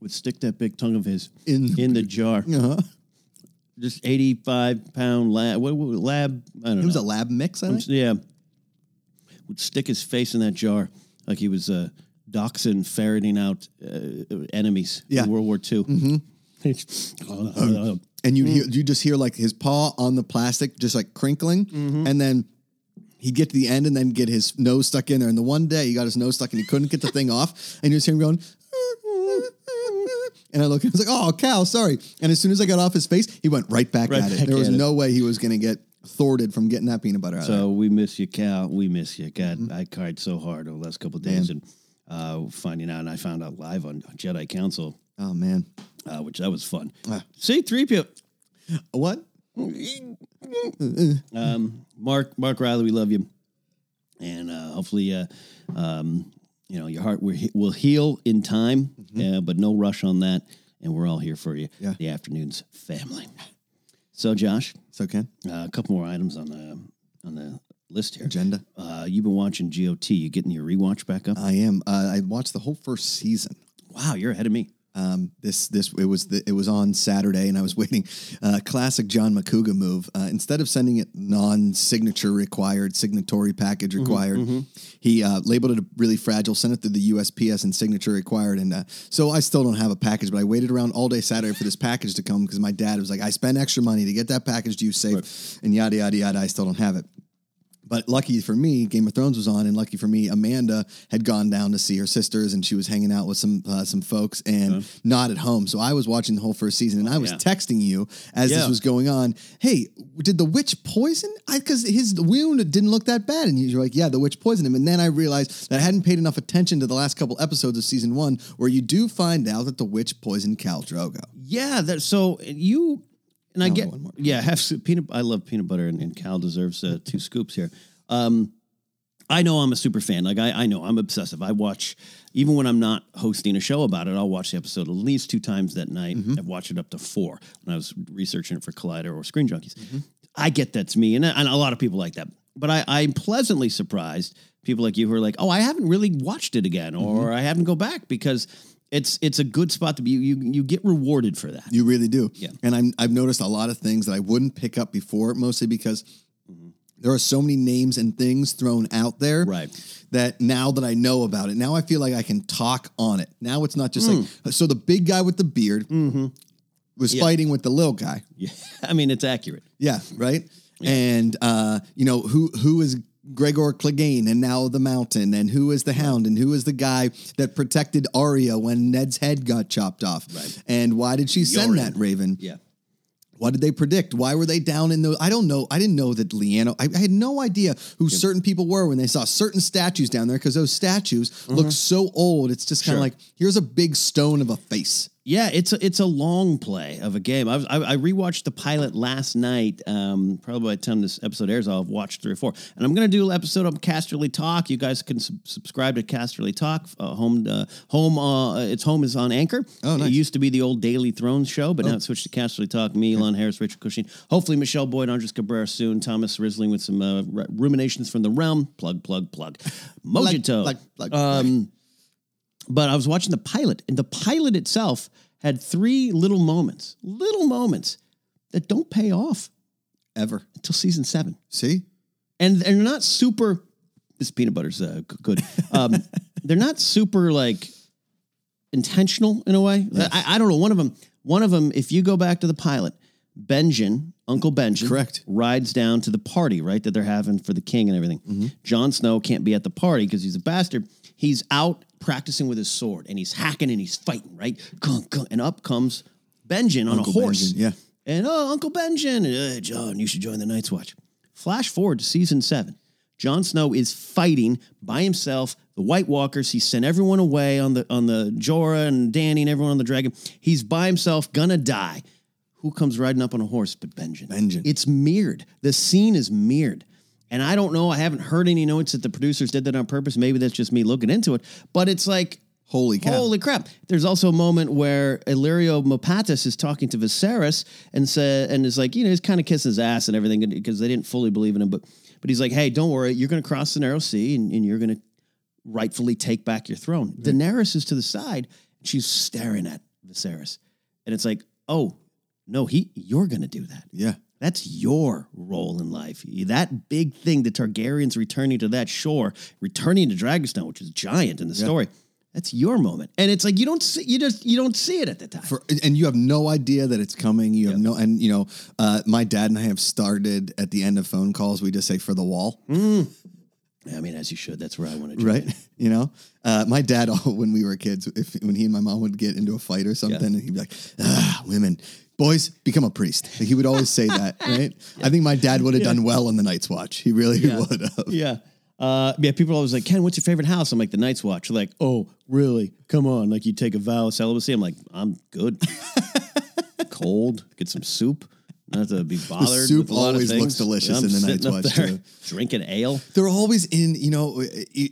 would stick that big tongue of his
In-
in the jar?
Uh-huh.
Just 85 pound lab, what, what- lab, I don't
It
know.
was a lab mix, I think.
yeah. Would stick his face in that jar like he was a dachshund ferreting out uh, enemies
Yeah.
in World War II. Mm-hmm.
And you hear you just hear like his paw on the plastic, just like crinkling,
Mm-hmm.
and then. He'd get to the end and then get his nose stuck in there. And the one day he got his nose stuck and he couldn't get the thing off. And you just hear him going, (laughs) and I look and I was like, oh, cow, sorry. And as soon as I got off his face, he went right back
Right
at
back
it. There was
at it.
no way he was going to get thwarted from getting that peanut butter out of
So we miss you, Cal. We miss you. God,
Mm-hmm.
I cried so hard over the last couple of days and uh, finding out, and I found out live on Jedi Council,
there. Oh, man.
uh, which that was fun. See, 3PO.
What?
um, Mark, Mark Riley, we love you, and uh, hopefully, uh, um, you know, your heart will, he- will heal in time, uh, but no rush on that. And we're all here for you,
Mm-hmm. Yeah.
the afternoon's family. So, Josh,
So, Ken,
uh, a couple more items on the on the list here.
agenda.
Uh, you've been watching
Uh,
GOT. You getting your rewatch back up?
I am. Uh, I watched the whole first season.
wow, you're ahead of me.
Um, this this it was the, it was on Saturday and I was (laughs) waiting. Uh, classic John McCouga move. Uh, instead of sending it non-signature required, signatory package required, he uh, labeled it a really fragile. Sent it through the USPS and signature required. And uh, so I still don't have a package, but I waited around all day Saturday for this package to come because my dad was like, "I spent extra money to get that package to you safe," and yada yada yada. I still don't have it. But lucky for me, Game of Thrones was on, and lucky for me, Amanda had gone down to see her sisters, and she was hanging out with some uh, some folks, and not at home. So I was watching the whole first season, and I was
Uh-huh. yeah.
texting you as
Yeah.
this was going on. Hey, did the witch poison? Because his wound didn't look that bad, and you were like, "Yeah, the witch poisoned him." And then I realized that I hadn't paid enough attention to the last couple episodes of season one, where you do find out that the witch poisoned Cal Drogo.
Yeah, that so you and I
I'll
get
go one more.
yeah half scoop peanut. I love peanut butter, and, and Cal deserves uh, two scoops here. Um, I know I'm a super fan. Like I, I know I'm obsessive. I watch even when I'm not hosting a show about it. I'll watch the episode at least two times that night. I've watched it up to four when I was researching it for Collider or Screen Junkies. I get that's me, and, and a lot of people like that. But I, I'm pleasantly surprised people like you who are like, oh, I haven't really watched it again, or I haven't go back because it's it's a good spot to be. You you get rewarded for that.
You really do.
Yeah.
And I'm, I've noticed a lot of things that I wouldn't pick up before, mostly because there are so many names and things thrown out there.
Mm-hmm. Right. (laughs)
That now that I know about it, now I feel like I can talk on it. Now it's not just
Mm.
like, so the big guy with the beard
Mm-hmm.
was fighting with the little guy.
Yeah. I mean, it's accurate.
Yeah, right. And uh, you know who who is Gregor Clegane and now the Mountain, and who is the Hound, and who is the guy that protected Arya when Ned's head got chopped off,
Right.
and why did she send
Yoren.
that Raven?
Yeah.
What did they predict? Why were they down in those? I don't know. I didn't know that Leanna. I, I had no idea who certain people were when they saw certain statues down there because those statues look so old. It's just
Mm-hmm.
kind
Sure.
of like here's a big stone of a face.
Yeah, it's a, it's a long play of a game. I, was, I, I rewatched the pilot last night. Um, probably by the time this episode airs, I'll have watched three or four. And I'm going to do an episode on Casterly Talk. You guys can sub- subscribe to Casterly Talk. Uh, home, uh, home. Uh, its home is on Anchor.
Oh, nice. Oh.
It used to be the old Daily Thrones show, but now it's switched to Casterly Talk. Me, Elon Harris, Richard Cushing. Hopefully, Michelle Boyd, Andres Cabrera soon. Thomas Risling with some uh, r- ruminations from the realm. Plug, plug, plug. Mojito.
Like, like, like,
Um, but I was watching the pilot, and the pilot itself had three little moments, little moments that don't pay off
ever.
until season seven,
See?
and they're not super. This peanut butter's uh, g- good.
(laughs)
Um, they're not super like intentional in a way. I, I don't know. One of them, one of them. If you go back to the pilot, Benjen, Uncle Benjen,
Correct.
rides down to the party right that they're having for the king and everything.
Mm-hmm.
Jon Snow can't be at the party because he's a bastard. He's out practicing with his sword and he's hacking and he's fighting right. Gung, gung, and up comes Benjen on
Uncle
a horse.
Benjen, yeah.
And oh, Uncle Benjen, uh, John, you should join the Night's Watch. Flash forward to season seven. Jon Snow is fighting by himself the White Walkers. He sent everyone away on the on the Jorah and Danny and everyone on the dragon. He's by himself, gonna die. Who comes riding up on a horse but Benjen?
Benjen.
It's mirrored. The scene is mirrored. And I don't know. I haven't heard any notes that the producers did that on purpose. Maybe that's just me looking into it. But it's like
Holy cow.
Holy crap! There's also a moment where Illyrio Mopatis is talking to Viserys and said, and is like, you know, he's kind of kissing his ass and everything because they didn't fully believe in him, but but he's like, hey, don't worry, you're going to cross the narrow sea and, and you're going to rightfully take back your throne. Daenerys is to the side; she's staring at Viserys, and it's like, oh no, he, you're going to do that.
yeah.
That's your role in life. That big thing, the Targaryens returning to that shore, returning to Dragonstone, which is giant in the story. That's your moment, and it's like you don't see you just you don't see it at the time.
for and you have no idea that it's coming. You have no and you know, uh, my dad and I have started at the end of phone calls. We just say for the wall,
I mean, as you should. That's where I want to.
right? (laughs) You know, uh, my dad (laughs) when we were kids, if when he and my mom would get into a fight or something, and he'd be like, ah, "Women, boys, become a priest." Like, he would always say that, right? I think my dad would have done well in the Night's Watch. He really (laughs) would have.
Yeah. Uh, yeah, people are always like, Ken, what's your favorite house? I'm like, the Night's Watch. They're like, oh, really? Come on. Like, you take a vow of celibacy. I'm like, I'm
(laughs)
good. Cold. Get some soup. Not to be bothered. with
soup
a lot of
always
things.
looks delicious
I'm
in the
sitting
Night's
up
Watch,
there (laughs)
too.
Drinking ale.
They're always in, you know, i-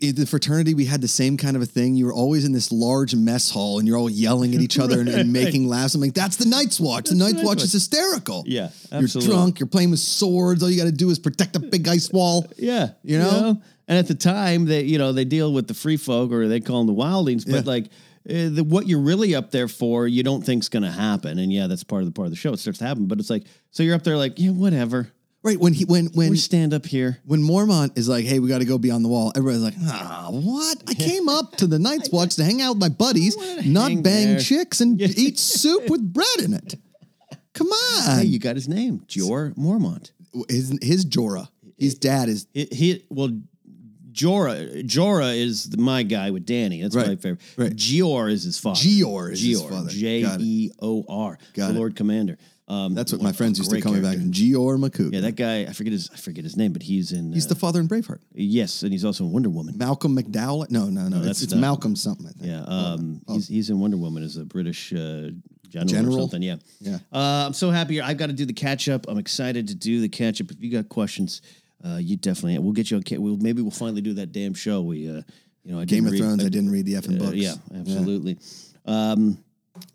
i- the fraternity. We had the same kind of a thing. You were always in this large mess hall, and you're all yelling at each other and, and making laughs. I'm like, that's the Night's Watch. the Night's Watch is hysterical.
Yeah,
you're
absolutely.
drunk. You're playing with swords. All you got to do is protect a big ice wall.
Yeah,
You know?
And at the time, they you know they deal with the free folk or they call them the wildings, but
Yeah.
like uh, the, what you're really up there for, you don't think's going to happen. And yeah, that's part of the part of the show. It starts to happen, but it's like, so you're up there like, yeah, whatever.
Right when he when when
We stand up here.
when Mormont is like, "Hey, we got to go beyond the wall," everybody's like, "Ah, what? I came up to
(laughs)
the Night's Watch to hang out with my buddies,
wanted to
not
hang
bang
there."
chicks, and eat soup with bread in it." Come on,
Hey, you got his name, Jor Mormont.
his his Jorah, his dad is
He, he well, Jorah Jorah is the- my guy with Danny. That's my
Right,
favorite.
right.
Gior is his father.
Gior is his
Gior,
father.
J
Got it.
E O R.
Got
The
it.
Lord Commander. Um,
that's what
a
my friends used to
great
call me
character.
back. Gior Makuk.
Yeah, that guy. I forget his. I forget his name, but he's in.
he's
uh,
the father in Braveheart.
yes, and he's also in Wonder Woman.
Malcolm McDowell. No, no, no.
that's
it's it's
not-
Malcolm something. I think.
Yeah, um, he's he's in Wonder Woman as a British uh, general, or
General?
something. Yeah,
Yeah.
Uh, I'm so happy. I've got to do the catch up. I'm excited to do the catch up. If you got questions, uh, you definitely we'll get you. A, ca- we'll maybe we'll finally do that damn show. We, uh, you know, I
Game
didn't
of
read-
Thrones. I didn't read the effing
uh,
books.
yeah, absolutely. Um,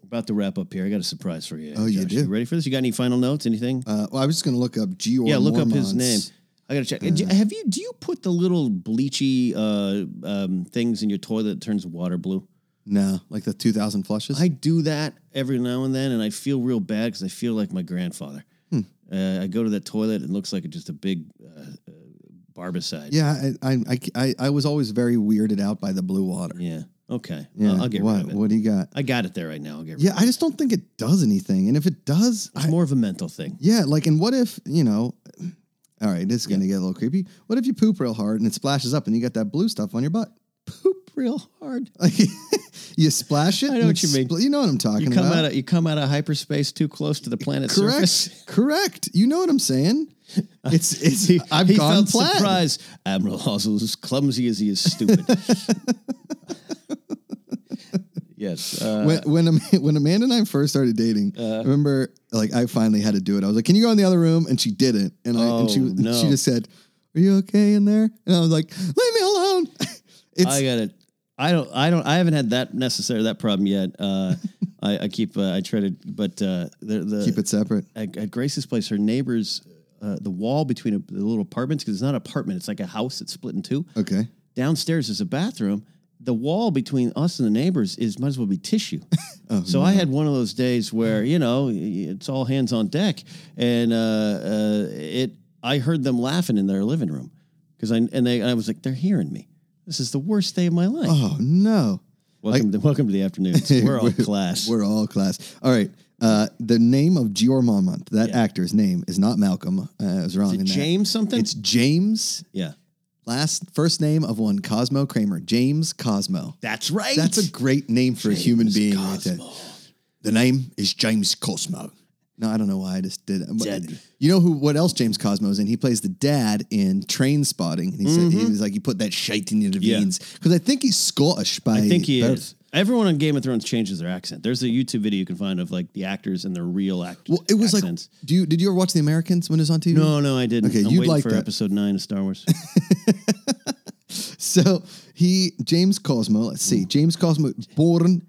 about to wrap up here. I got a surprise for you.
Oh, you
Josh.
do?
ready for this? You got any final notes? Anything?
Uh, well, I was just gonna look up Gior.
yeah, look up his
Mormont's-
name. I gotta check. Do- Have you? Do you put the little bleachy uh, um, things in your toilet that turns water blue?
No, like the two thousand flushes.
I do that every now and then, and I feel real bad because I feel like my grandfather. Uh, I go to that toilet, and it looks like just a big uh, uh, barbicide.
yeah, I, I- I, I, I was always very weirded out by the blue water.
Yeah. Okay.
Yeah,
I'll, I'll get
what,
rid of it.
What do you got?
I got it there right now. I'll get rid
Yeah,
of it.
I just don't think it does anything. And if it does,
It's
I,
more of a mental thing.
yeah, like, and what if you know? All right, this is gonna get a little creepy. What if you poop real hard and it splashes up and you got that blue stuff on your butt? (laughs)
Poop real hard.
Like, you splash it.
I know
and
what
it
you mean.
spl- you know what I'm talking
You come
about.
out of you come out of hyperspace too close to the planet's
correct,
surface.
correct. You know what I'm
(laughs)
saying? It's it's.
He,
I've
he
gone
felt
plaid.
surprised. Admiral Hazel is as clumsy as he is stupid. (laughs) yes. Uh,
when when, Am- (laughs) when Amanda and I first started dating,
Uh-huh.
I remember like I finally had to do it. I was like, "Can you go in the other room?" And she didn't, and I and she
Oh, no.
she just said, "Are you okay in there?" And I was like, "Leave me alone." (laughs) it's
I uh, got it. I don't. I don't. I haven't had that necessary that problem yet. Uh, I, I keep. Uh, I try to, but uh, the the
keep it separate.
at, at Grace's place. Her neighbors, uh, the wall between a, the little apartments because it's not an apartment. It's like a house that's split in two.
Okay.
Downstairs is a bathroom. The wall between us and the neighbors is might as well be tissue.
Oh,
so
Mm-hmm.
I had one of those days where you know it's all hands on deck, and uh, uh, it. I heard them laughing in their living room because I and they. I was like, they're hearing me. This is the worst day of my life.
Oh no,
Welcome, to, welcome to the
(laughs)
afternoons. We're all class.
we're all class. All right. Uh, the name of Gior Monmouth, that
Yeah.
actor's name, is not Malcolm. Uh, I was wrong in that.
James something?
It's James.
yeah.
Last first name of one Cosmo Kramer. James Cosmo.
That's right.
That's a great name for a human being. right there.
Cosmo.
The name is James Cosmo. No, I don't know why I just did it. But
Dead.
You know who? What else? James Cosmo is in. He plays the dad in Train Spotting. And he said he was like, "You put that shite in your
Mm-hmm. Yeah.
veins," because I think he's Scottish. By
I think he
birth.
is. Everyone on Game of Thrones changes their accent. There's a YouTube video you can find of like the actors and their real actors.
Well, it was
accents.
like, do you did you ever watch The Americans when it was on TV?
No, no, I didn't.
Okay,
I'm
you'd
waiting
like
for
that.
episode nine of Star Wars. (laughs)
So he James Cosmo. Let's see, James Cosmo, born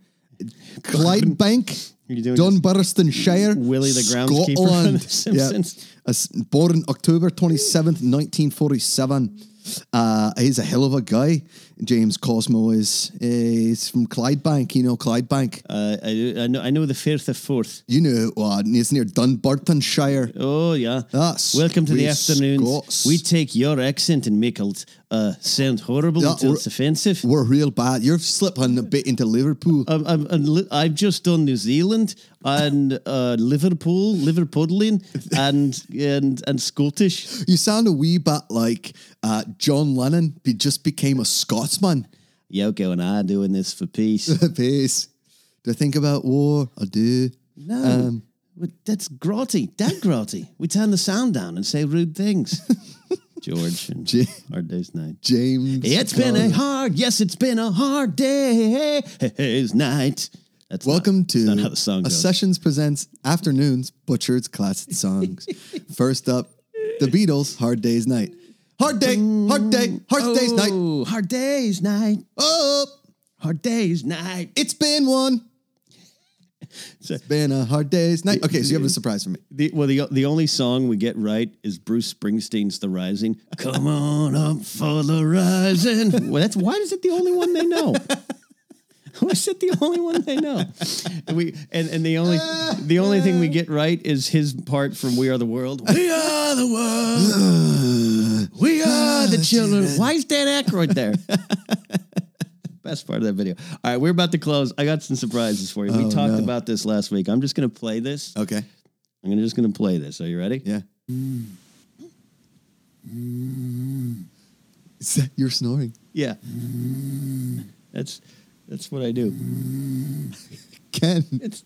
Clydebank,
You're doing
Dunbartonshire,
Willie the groundskeeper from
Scotland.
The (laughs) Simpsons.
Yeah. As- born October twenty seventh, nineteen forty seven. Uh, he's a hell of a guy. James Cosmo is. Uh, he's from Clydebank. You know Clydebank.
uh, I, I know. I know the fifth of fourth.
you know, uh, it's near Dunbartonshire.
Oh yeah.
That's
Welcome to
we
the afternoons.
Scots.
We take your accent and make it uh, sound horrible
Yeah,
until
we're-
it's offensive.
We're real bad. You're slipping a bit into Liverpool.
Um, I'm, I'm li- I've just done New Zealand and uh, Liverpool,
(laughs)
Liverpudlian, and and and Scottish.
You sound a wee bit like uh, John Lennon. He just became a Scotsman. (laughs)
Yoko and I are doing this for peace.
Peace. Do I think about war? I do.
No,
Um,
Well, that's grotty, dead grotty. We turn the sound down and say rude
(laughs)
things. George and
Gee.
Hard Day's Night.
James.
It's been a hard, yes, it's been a hard day's night. That's not-
Welcome
that's
to
not how the song
A
goes.
Sessions presents Afternoons Butchered's
(laughs)
Classic Songs. First up, The Beatles, Hard Day's Night. Hard day, hard day, hard day's night.
Oh, hard day's night,
Oh,
hard day's night.
it's been one. It's been a hard day's night. Okay, so you have a surprise for me.
The, well, the the only song we get right is Bruce Springsteen's "The Rising." Come (laughs) on up for the rising. Well, that's why is it the only one they know? Was it the only one they know? And we and, and the (laughs) only the only thing we get right is his part from We Are the World. We are the world. We are uh, the children. Why is Dan Aykroyd
(laughs)
there? Best part of that video. All right, we're about to close. I got some surprises for you.
Oh,
we talked about this last week. I'm just gonna play this.
(sighs) Okay.
I'm gonna- just gonna play this. Are you ready?
Yeah. Mm. Is that you're snoring?
Yeah. That's that's what I do.
Ken, (laughs)
It's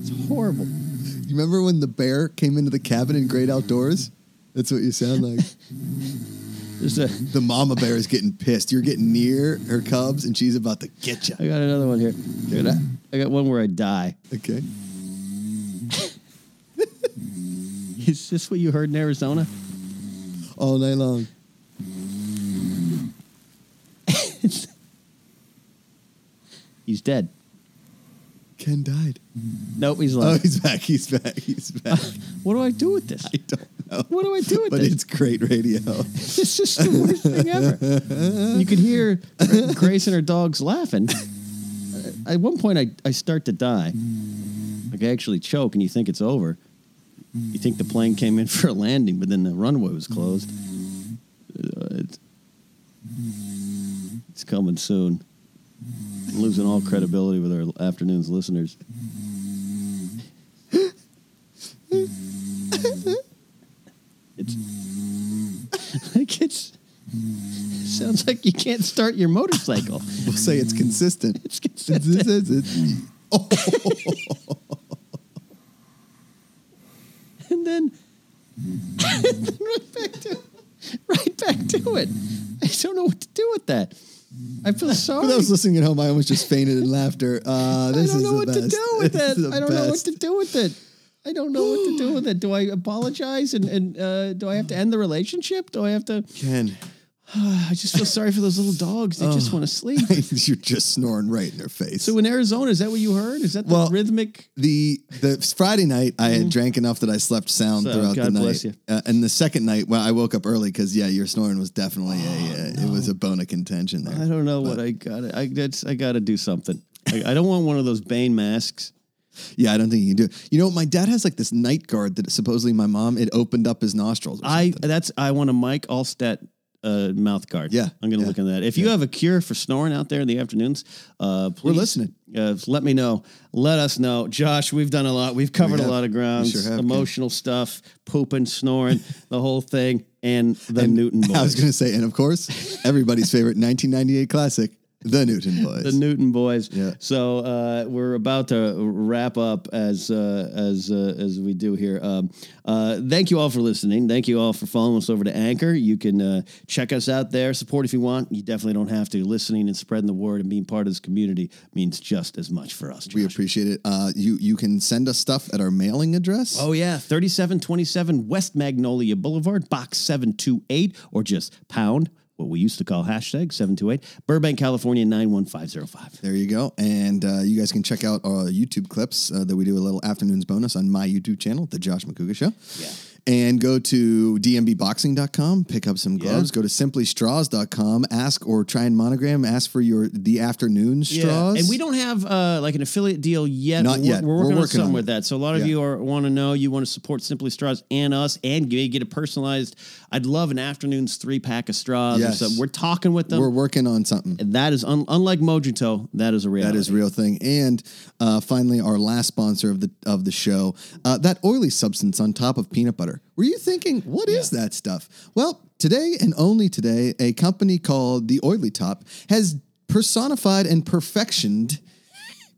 it's horrible.
you remember when the bear came into the cabin in Great Outdoors? That's what you sound like.
There's a
the mama bear is getting pissed. You're getting near her cubs, and she's about to get you.
I got another one here. I got, I got one where I die.
Okay.
Is this what you heard in Arizona? (laughs)
All night long.
He's dead.
Ken died.
Nope, he's
Oh,
alive.
he's back. He's back. He's back. (laughs)
what do I do with this?
I don't know.
What do I do with
But
this?
it's great radio.
It's just the worst thing ever. You could hear Gra- Grace and her dogs laughing. Uh, At one point, I, I start to die. Like, I actually choke, and you think it's over. You think the plane came in (laughs) for a landing, but then the runway was closed. Uh, It's, it's coming soon. I'm losing all credibility with our afternoon's listeners. It's (laughs) like it's sounds like you can't start your motorcycle. (laughs)
We'll say it's consistent.
It's
It's-
consistent.
it's- it's- it's-
and then (laughs) right back to right back to it. I don't know what to do with that. I feel
For
sorry.
those listening at home, I almost just fainted in laughter. Uh,
I
this
don't
is
know
the
what to
best.
do
(laughs)
with
This
it.
is the
I don't know what
best.
to do with it. I don't know what to do with it. Do I apologize and, and uh, do I have to end the relationship? Do I have to? (sighs)
Ken, (laughs)
I just feel sorry for those little dogs. They
Oh.
just want to sleep. (laughs)
you're just snoring right in their face.
So in Arizona, is that what you heard? Is that the
Well,
rhythmic?
the the Friday night I had drank enough that I slept sound
Mm-hmm. So,
throughout the
God
night.
bless you.
Uh, and the second night, well, I woke up early because yeah, your snoring was definitely a uh, it was a bone of contention there.
Oh, I don't know what I got. I that's I got to do something. I, I don't want one of those Bane masks.
yeah, I don't think you can do. it. You know, my dad has like this night guard that supposedly my mom it opened up his nostrils. or
I that's I want a Mike Allstat uh, mouth guard.
Yeah,
I'm gonna
yeah,
look into that. If you have a cure for snoring out there in the afternoons, uh, please,
listening.
Uh, let me know. Let us know, Josh. We've done a lot. We've covered
have.
a lot of
We
ground.
sure have, Ken.
emotional stuff, pooping, snoring, the whole thing, and the Newton boys.
(laughs) (laughs) I was going to say, and of course, everybody's favorite 1998 classic, The Newton Boys.
the Newton boys.
Yeah.
So uh, we're about to wrap up as uh, as uh, as we do here. Um, uh, thank you all for listening. Thank you all for following us over to Anchor. You can uh, check us out there. Support if you want. You definitely don't have to. Listening and spreading the word and being part of this community means just as much for us.
we
Josh.
appreciate it. Uh, you you can send us stuff at our mailing address.
Oh yeah, 3727 West Magnolia Boulevard, box 728 or just pound what we used to call hashtag 728 Burbank, California 91505.
There you go. And uh, you guys can check out our YouTube clips uh, that we do a little afternoons bonus on my YouTube channel, The Josh McCouga Show.
Yeah.
And go to dmbboxing.com, pick up some gloves. Go to simplystraws.com, ask or try and monogram, ask for your the afternoon straws.
And we don't have uh, like an affiliate deal yet.
Not
we're,
yet.
We're
We're
working, on
working on
something
it.
with that. So a lot of
Yeah.
you are want to know you want to support Simply Straws and us, and you get a personalized. I'd love an afternoon's three pack of straws. Or
Yes.
something. We're talking with them.
We're working on something.
that is un- unlike Mojito. That is a reality.
That is a real thing. And uh, finally, our last sponsor of the of the show, uh, that oily substance on top of peanut butter. Were you thinking, what is that stuff? Well, today and only today, a company called the Oily Top has personified and perfectioned.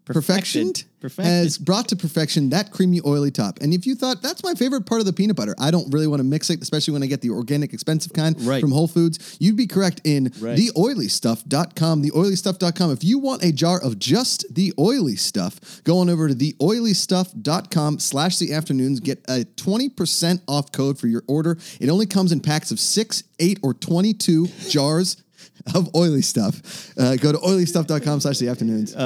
Perfectioned,
Perfected.
has brought to perfection that creamy oily top. And if you thought that's my favorite part of the peanut butter, I don't really want to mix it, especially when I get the organic expensive kind
Right.
from Whole Foods, you'd be correct in
Right.
the theoilystuff.com, theoilystuff.com. If you want a jar of just the oily stuff, go on over to theoilystuff.com slash the afternoons. Get a 20% off code for your order. It only comes in packs of six, eight, or 22 jars of oily stuff. Uh, go to oilystuff.com slash the afternoons.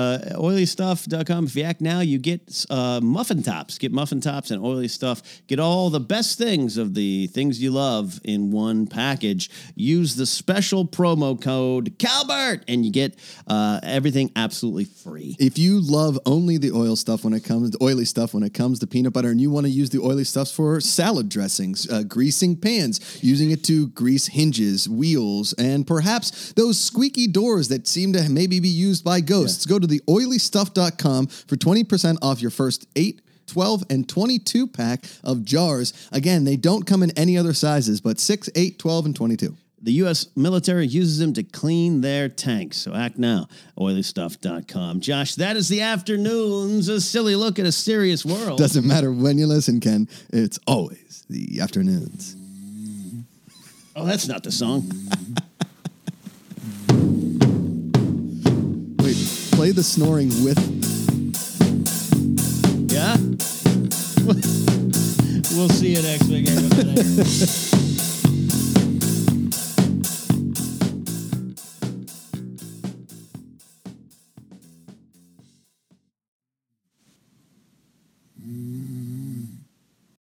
oilystuff.com. If you act now, you get uh, muffin tops. Get muffin tops and oily stuff. Get all the best things of the things you love in one package. Use the special promo code CALBERT and you get uh, everything absolutely free.
if you love only the oil stuff when it comes to oily stuff when it comes to peanut butter and you want to use the oily stuffs for salad dressings uh, greasing pans using it to grease hinges wheels and perhaps those squeaky doors that seem to maybe be used by ghosts go to the oilystuff.com for 20% off your first eight 12 and 22 pack of jars. Again, they don't come in any other sizes, but 6, 8, 12, and 22.
The U.S. military uses them to clean their tanks. So act now. Oilystuff.com. Josh, that is the afternoons. A silly look at a serious world.
Doesn't matter when you listen, Ken, it's always the afternoons.
oh, that's not the song.
Wait, play the snoring with.
(laughs) Yeah? we'll see you next week. everybody.